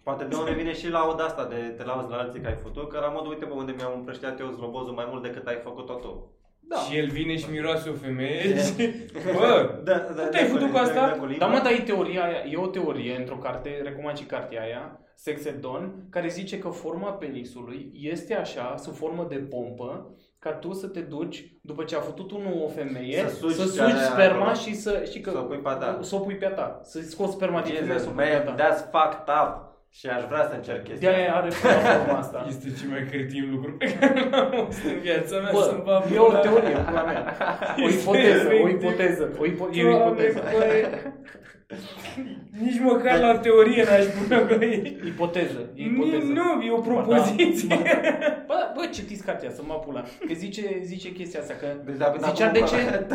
S1: poate de unde vine și lauda asta de te lauzi la alții că ai făcut, că la modul, uite pe unde mi-am împrăștiat eu zlobozul mai mult decât ai făcut-o tu.
S3: Da.
S2: Și el vine și miroase o femeie și... Bă,
S1: Da, da,
S2: tu te-ai
S1: da,
S2: făcut cu
S1: da, da,
S2: asta?
S1: limba.
S3: Dar mă, dar e teoria aia, e o teorie într-o carte, recomand și cartea aia, Sex and Dawn, care zice că forma penisului este așa, sub formă de pompă, ca tu să te duci, după ce a făcut unul o femeie,
S1: Să sugi
S3: să
S1: de aia
S3: sugi sperma
S1: acolo.
S3: și să, și că,
S1: Să o pui pe a ta.
S3: să o pui pe a ta, să scoți sperma din tine,
S1: Jesus,
S3: să o pui pe a
S1: man,
S3: ta.
S1: that's fucked up. Și aș vrea să încerc
S3: De
S1: chestia
S3: aia are forma asta.
S2: este cel mai cretin lucru pe care l-am auzit în viața mea să-mi
S3: Bă,
S2: fac
S3: e o
S2: pula.
S3: teorie, pula mea. O
S2: Este
S3: ipoteză, o
S2: efectiv.
S3: ipoteză, o ipo- e o
S2: Doamne,
S3: ipoteză.
S2: băi. Nici măcar la teorie n-aș pune că e...
S3: Ipoteză, e
S2: Nu,
S3: ipoteză.
S2: nu, e o propoziție.
S3: da. Bă, da, bă, citiți cartea, să mă pula. Că zice, zice chestia asta, că
S1: Deci dacă n-am
S3: zicea de
S1: făcut
S3: ce...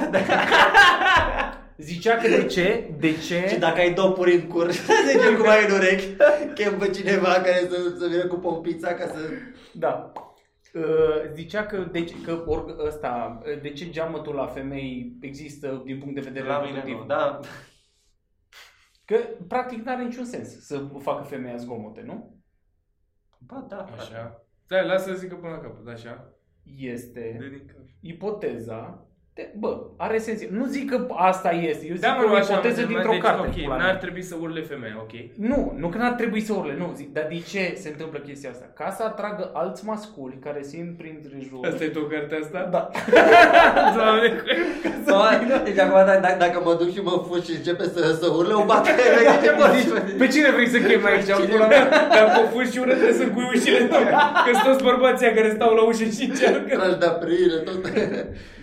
S3: Zicea că de ce, de ce...
S5: Și dacă ai dopuri în cur, zice cum ai în urechi, chem pe cineva care să, să vină cu pompița ca să...
S3: Da. Uh, Zicea că, de ce, că org, ăsta, de ce geamătul la femei există din punct de vedere
S1: La mine nu, da.
S3: Că practic n-are niciun sens să facă femeia zgomote, nu?
S1: Ba da, frate.
S2: Așa. Stai, lasă să zică până la capăt, așa.
S3: Este
S2: Dedică.
S3: ipoteza de, bă, are sens. Nu zic că asta este, eu zic
S2: Da,
S3: că e
S2: mă,
S3: o
S2: așa, am
S3: ipoteză
S2: înțeles,
S3: dintr-o
S2: deci,
S3: carte.
S2: Ok,
S3: pula mea.
S2: n-ar trebui să urle femeia, ok.
S3: Nu, nu că n-ar trebui să urle, nu, zic, dar de ce se întâmplă chestia asta? Ca să atragă alți masculi care simt printre jur.
S2: Asta e tot cartea asta?
S3: Da.
S2: Doamne,
S5: Bă, deci acum dacă, dacă, dacă mă duc și mă fut și începe să, să urle, o bate pe ce mă
S3: Pe cine vrei să chem aici? Pula mea?
S2: Dacă o fâși și urât, trebuie să cui ușile tale. Că sunt toți bărbații ăia care stau la ușă și încearcă.
S5: Tragi de aprire, tot...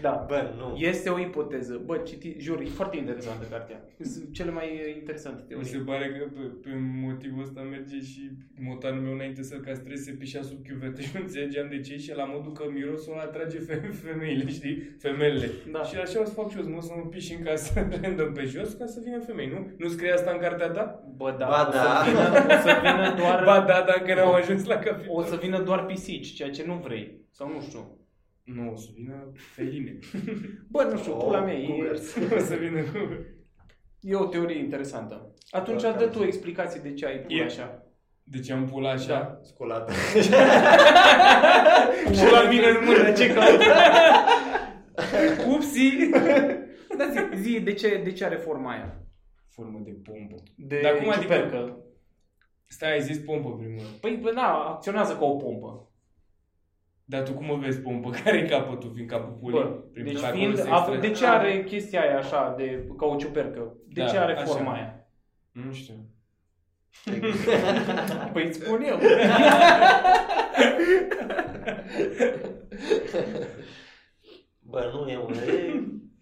S3: Da.
S1: Bă,
S4: Nu.
S3: Este o ipoteză. Bă, citi, jur, e foarte interesantă cartea. Sunt cele mai interesante
S2: Mi se
S3: teorii.
S2: pare că pe, pe motivul ăsta merge și motanul meu înainte să-l castreze se pișea sub chiuvetă și nu înțelegeam de ce și la modul că mirosul ăla atrage fe- femeile, știi? Femelele.
S3: Da.
S2: Și așa o să fac și eu, mă, să mă piș în casă random pe jos ca să vină femei, nu? Nu scrie asta în cartea ta?
S3: Bă, da,
S4: Ba
S3: o,
S4: da.
S3: Să vină, o să vină doar...
S2: Ba da, dacă n-am ajuns la capitol.
S3: O să vină doar pisici, ceea ce nu vrei. Sau nu știu.
S2: Nu, o să vină feline.
S3: Bă, nu știu, pula mea, e,
S5: Cougars.
S2: o să vină...
S3: e o teorie interesantă. Atunci
S5: Da,
S3: dă
S5: da.
S3: tu o explicație de ce ai pula
S2: E-
S3: așa.
S2: Deci am pula așa?
S5: Sculată.
S2: Pula mine în mână, ce caut? Upsi!
S3: Da, zi, zi de, ce, de ce are forma aia?
S2: Formă de pompă.
S3: De
S2: Dar cum adică-
S3: ciupercă.
S2: Stai, ai zis pompă primul.
S3: Păi, bă, da, acționează ca o pompă.
S2: Dar tu cum o vezi pompă? care e capătul? Fiind capul pulii?
S3: Bă,
S2: Prin
S3: deci
S2: care
S3: fiind,
S2: acolo se
S3: a,
S2: extrage?
S3: de ce are chestia aia așa, de, ca o ciupercă? De
S2: Da,
S3: ce are
S2: așa.
S3: forma aia?
S2: Nu știu.
S3: Păi îți spun eu.
S4: Bă, nu e un...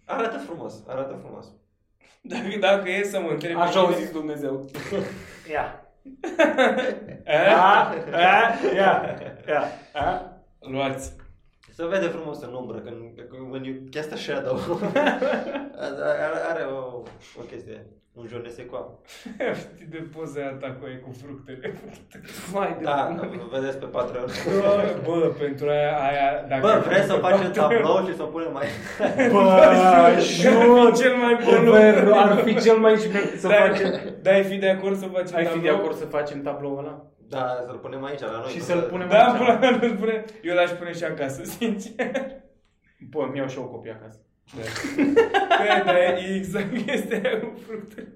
S1: Arată frumos, arată frumos.
S2: Dacă, dacă e să mă întreb...
S3: Așa au zis Dumnezeu. Ia.
S2: A?
S3: A, a, ia, ia, a.
S2: Luați.
S1: Se vede frumos în umbră, când, când you cast a shadow. are, are o, o chestie, un jone secoa.
S2: Știi de poza aia ta cu aia cu fructele.
S3: Vai de
S1: Da,
S3: bună.
S1: vedeți pe Patreon.
S2: Bă, pentru aia, aia dacă
S1: Bă, vreți să facem tablou și să o punem mai...
S3: Bă,
S2: Jur, cel mai bun
S3: Bă, ar fi cel mai șmecher să
S2: Dar-
S3: facem.
S2: Dar ai fi de acord să facem
S3: Da. Ai fi de
S2: tablou?
S3: acord să facem tabloul ăla?
S1: Da, să-l punem aici la noi.
S3: Și să-l punem
S2: Da,
S3: aici?
S2: până la urmă, spune, eu l-aș pune și acasă, sincer.
S3: Bă, mi iau și eu o copie acasă.
S2: Da, da, e exact chestia aia cu fructele.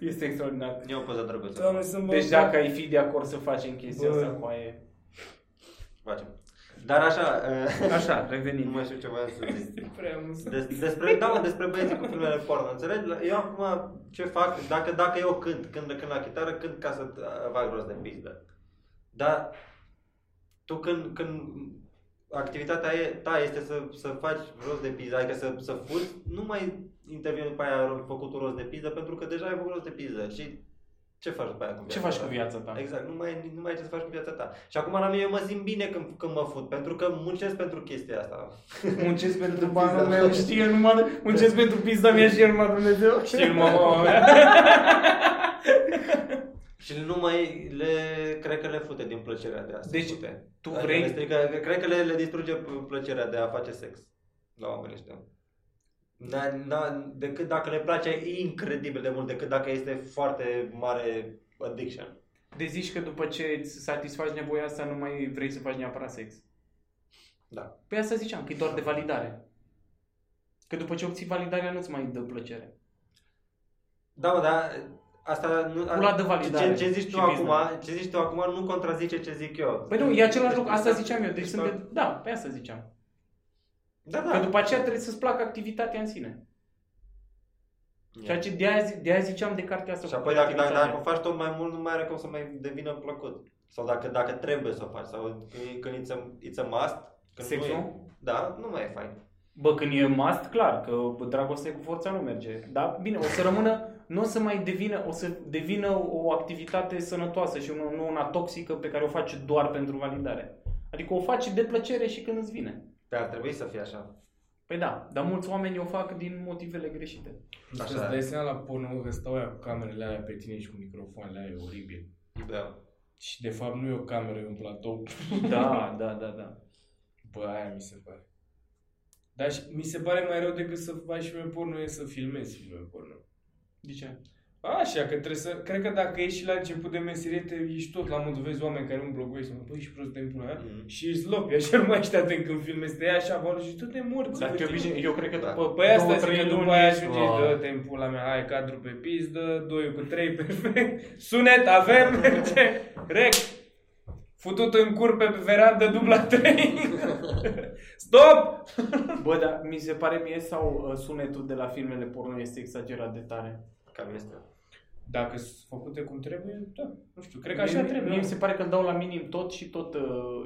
S3: Este extraordinar.
S1: E o poză drăguță.
S2: Doamne, să mă...
S3: Deci
S1: da.
S3: dacă ai fi de acord să facem chestia
S2: Bă.
S3: asta cu aia...
S1: Facem. Dar așa, uh,
S3: Așa,
S1: nu
S3: revenim.
S1: mai știu ce voiam să zic.
S2: Este prea amuzant.
S1: Des, despre, da, mă, despre băieții cu filmele porno, înțelegi? La- Eu acum ce fac, dacă, dacă eu cânt, când când la chitară, cânt ca să uh, fac rost de pizdă. Dar tu când, când activitatea e, ta este să, să faci rost de pizdă, adică să, să fuți, nu mai intervine după aia ro- făcutul rost de pizdă, pentru că deja ai făcut rost de pizdă și ce faci după aia cu
S3: Ce
S1: viața
S3: faci
S1: ta?
S3: cu viața ta?
S1: Exact, nu mai, nu mai ai ce să faci cu viața ta. Și acum la mine eu mă simt bine când, când mă fut, pentru că muncesc pentru chestia asta.
S3: Muncesc pentru
S1: pizda.
S3: banul meu, știe numai... Muncesc pentru pizda mea și el numai Dumnezeu.
S2: Știi, mama mea.
S1: Și nu mai le, cred că le fute din plăcerea de a se
S3: Deci,
S1: fute.
S3: tu
S1: Adică
S3: vrei-
S1: le strică, cred că le, le distruge p- plăcerea de a face sex la oamenii ăștia. Na, na, decât dacă le place incredibil de mult, decât dacă este foarte mare addiction.
S3: De zici că după ce îți satisfaci nevoia asta, nu mai vrei să faci neapărat sex.
S1: Da.
S3: Păi asta ziceam, că e doar de validare. Că după ce obții validarea, nu-ți mai dă plăcere.
S1: Da, mă, dar asta nu... a-
S3: Pula de validare
S1: ce, ce, zici tu
S3: și
S1: acum,
S3: business.
S1: ce zici tu acum nu contrazice ce zic eu.
S3: Păi nu, e același lucru, asta ziceam eu, deci
S1: Deci
S3: sunt de... Da, pe asta ziceam.
S1: Da,
S3: Că
S1: da.
S3: după aceea trebuie să-ți placă activitatea în sine. Ceea ce de-aia, zi- de-aia ziceam de cartea asta.
S1: Și
S3: cu
S1: apoi dacă, dacă,
S3: activitatea.
S1: dacă
S5: Exact.
S1: o faci tot mai mult, nu mai are cum să mai devină plăcut. Sau dacă, dacă trebuie să o faci, sau când e- când it's a, it's a must, când
S3: Sexul?
S1: nu e, da, nu mai e fain.
S3: Bă, când e must, clar, că bă, dragostea cu forța nu merge. Dar bine, o să rămână, nu o să mai devină, o să devină o activitate sănătoasă și nu, nu una toxică pe care o faci doar pentru validare. Adică o faci de plăcere și când îți vine.
S1: Pe ar trebui să fie așa.
S3: Păi da, dar mulți oameni o fac din motivele greșite.
S2: Așa. Îți dai seama la porno că stau aia cu camerele alea pe tine și cu microfoanele alea, e oribil.
S1: Da.
S2: Și de fapt nu e o cameră, e un platou.
S3: Da, da, da, da.
S2: Bă, aia mi se pare. Dar și, mi se pare mai rău decât să faci filme porno e să filmezi filme porno.
S3: De ce?
S2: Așa, că trebuie să... Cred că dacă ești și la început de meserie, te ești tot la modul, vezi oameni care umblă goi și mă, băi, ești prost de pula mea.
S1: Mhm.
S2: Și îți lopi, așa nu mai ești atent când filmezi, te ia așa, bă, și tu te morți.
S3: Dar
S2: bă,
S3: de
S2: te-
S3: obicei, eu cred că
S1: Da.
S3: după
S2: Păi asta
S3: două,
S2: zic
S3: trei
S2: că după
S3: luni
S2: aia
S3: ești-
S2: ajunge, dă te în pula mea, hai cadru pe pizdă, 2 cu 3 perfect, sunet avem, merge, rec, futut în cur pe verandă dubla 3, stop!
S3: Bă, dar mi se pare mie sau uh, sunetul de la filmele porno este exagerat de tare.
S1: Cam este.
S2: Dacă sunt făcute cum trebuie, da, nu știu, cred că așa
S3: Mie-
S2: trebuie.
S3: Mie mi
S2: nu?
S3: se pare că îl dau la minim tot și tot uh,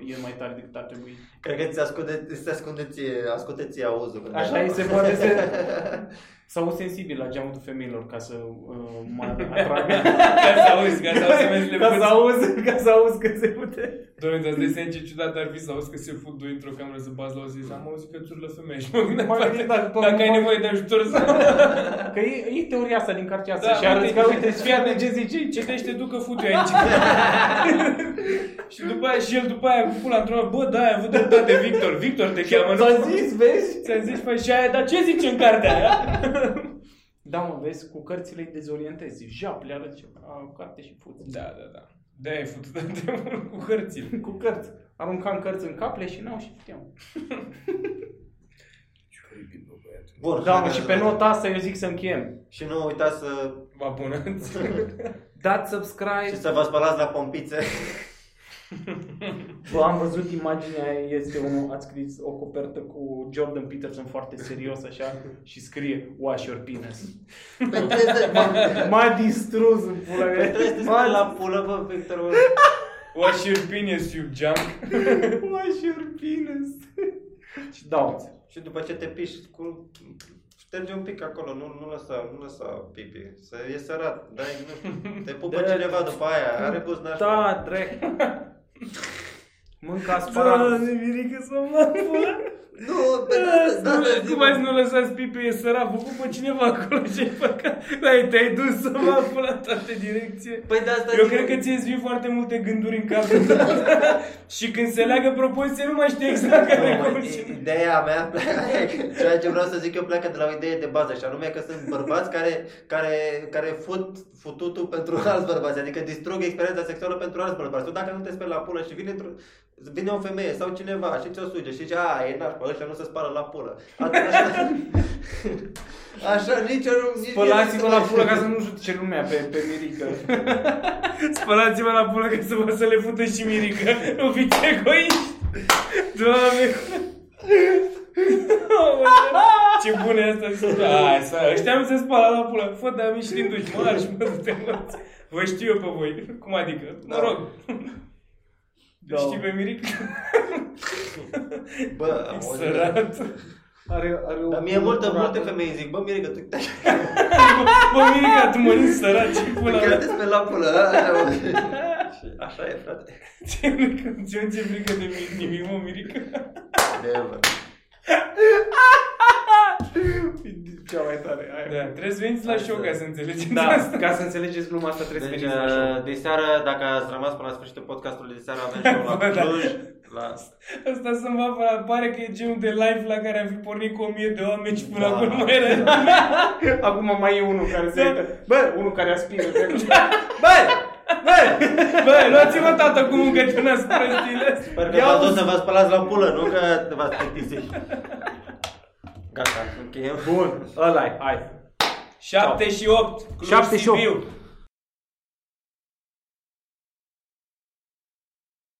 S3: e mai tare decât ar trebui.
S5: Cred că ți ascunde, ți ascunde ție, ascunde ție auzul. când
S3: Așa
S5: ai-
S3: îi se poate să... Sau sensibil la geamul femeilor ca să uh, mă atragă.
S2: Ca să auzi, ca să auzi mesele
S3: ca să
S2: puțin.
S3: auzi, ca să auzi că se pute.
S2: Doamne, dar îți dai seama ce ciudat ar fi să auzi că se fut doi într-o cameră să bați la o zi. Am auzit că țurlă femeie și mă gândeam,
S3: M-am
S2: poate,
S3: gândit, da, după
S2: dacă ai
S3: cum-
S2: nevoie de ajutor să...
S3: Că e, e teoria asta din cartea asta
S2: Da,
S3: da, și arăți
S2: uite,
S3: că,
S2: ce-
S3: uite, fii atent ce zice.
S2: Citește tu că fut eu aici. și după aia, și el după aia cu pula într-o bă, da, ai avut dreptate, Victor, Victor te cheamă. nu?
S3: Ți-am zis, vezi?
S2: Ți-am zis, păi și aia, dar ce zice în cartea aia?
S3: Da, mă, vezi, cu cărțile îi dezorientezi. Jap, le arăți ceva, a, carte și fuți.
S2: Da, da, da. De-aia ai futut atât de mult cu hărțile.
S3: Cu cărți. Aruncam cărți în cap, le și n-au și puteam.
S5: Bun,
S3: Da, mă,
S5: hai,
S3: și
S5: hai,
S3: pe
S5: hai.
S3: nota asta eu zic să încheiem.
S5: Și nu uitați să,
S2: Ba bună.
S3: Dați subscribe.
S5: și să vă spălați la pompițe.
S3: Bă, am văzut imaginea, este unul, a scris o copertă cu Jordan Peterson foarte serios așa și scrie Wash your penis.
S5: Păi trebuie să,
S3: M-a distrus în pula
S5: păi
S3: mea.
S5: trebuie să te speli la pulă, bă, Victor. bă.
S2: Wash your penis, you junk.
S3: Wash your penis. și dau
S5: Și după ce te piși, cu... Șterge un pic acolo, nu, nu lăsa, nu lăsa pipi. Să e sărat, dai, nu știu, te pupă
S3: Da.
S5: cineva după aia, are gust nașpa.
S3: Da, drec. Mânca asparagus.
S2: mirică să mă pula.
S5: Nu, pe asta, da, da,
S2: Cum ați nu lăsați pipi, e sărat, vă pupă cineva acolo și ai făcut. Da, te-ai dus să mă pula în toate direcție.
S5: Păi de asta
S2: Eu
S5: zic-
S2: cred că ți-ai zvin foarte multe gânduri în cap Și când se leagă propoziția nu mai știi exact
S5: Nu,
S2: care
S5: mă, i-
S2: e
S5: Ideea mea, pleacă- ceea ce vreau să zic eu pleacă de la o idee de bază și anume că sunt bărbați care, care, care fut fututul pentru alți bărbați, adică distrug experiența sexuală pentru alți bărbați. Tu dacă nu te speli la pulă și vine, într- vine o femeie sau cineva și ți-o suge și zice, a, e nașpa, ăștia nu se spală la pulă. Atunci, așa, așa nici eu nu... nici
S3: Spălați-vă
S5: eu nu-
S3: la pula ca să nu judece lumea pe, pe Mirica.
S2: Spălați-mă la pulă că să vă să le fută și mirică Nu fiți egoiști Doamne Aoleu, Ce bune e asta zic, Hai să Ăștia nu se spală la pulă Fă, dar mi și din duci Mă arși, mă, du-te, mă. Vă știu eu pe voi Cum adică? Mă
S5: Da.
S2: rog
S3: Da.
S2: Știi pe mirică?
S5: Bă, auzi,
S2: Sărat
S3: Are, are o
S5: dar mie multe,
S3: curată.
S5: multe femei îmi zic, bă, mire că tu
S2: Bă, mirică, tu mănânci sărat Ce pula
S5: chiar
S2: mea
S5: te speli la pulă. a? Și Așa e, frate.
S2: Ce frică, ce nu ți-e frică de mi- nimic, mă, Mirica?
S5: Never.
S3: Cea mai tare. Aia.
S2: Da, trebuie să veniți la show ca să înțelegeți asta.
S3: Da, ca să înțelegeți lumea asta trebuie
S4: Deci,
S3: să veniți la show.
S4: de seară, dacă ați rămas până la sfârșitul podcastului de seară, avem show la
S2: Bă, da.
S4: Cluj. La...
S2: Asta să mă apăra, pare că e genul de live la care am fi pornit cu o mie de oameni și până
S5: Da.
S2: acum mai era.
S3: Acum mai e unul care se
S2: Da.
S3: uită. Bă, unul care aspiră.
S2: Băi! Băi! Băi, luați-mă tată cu muncă ce n-ați prăstile astea.
S5: Sper că
S3: Ia
S5: v-ați
S3: uzi.
S5: dus să vă spălați la pulă, nu că v-ați plictisit.
S4: Gata, încheiem.
S3: Bun, ăla hai.
S2: 7 și 8, Cluj
S3: 7 și 8.
S2: Sibiu.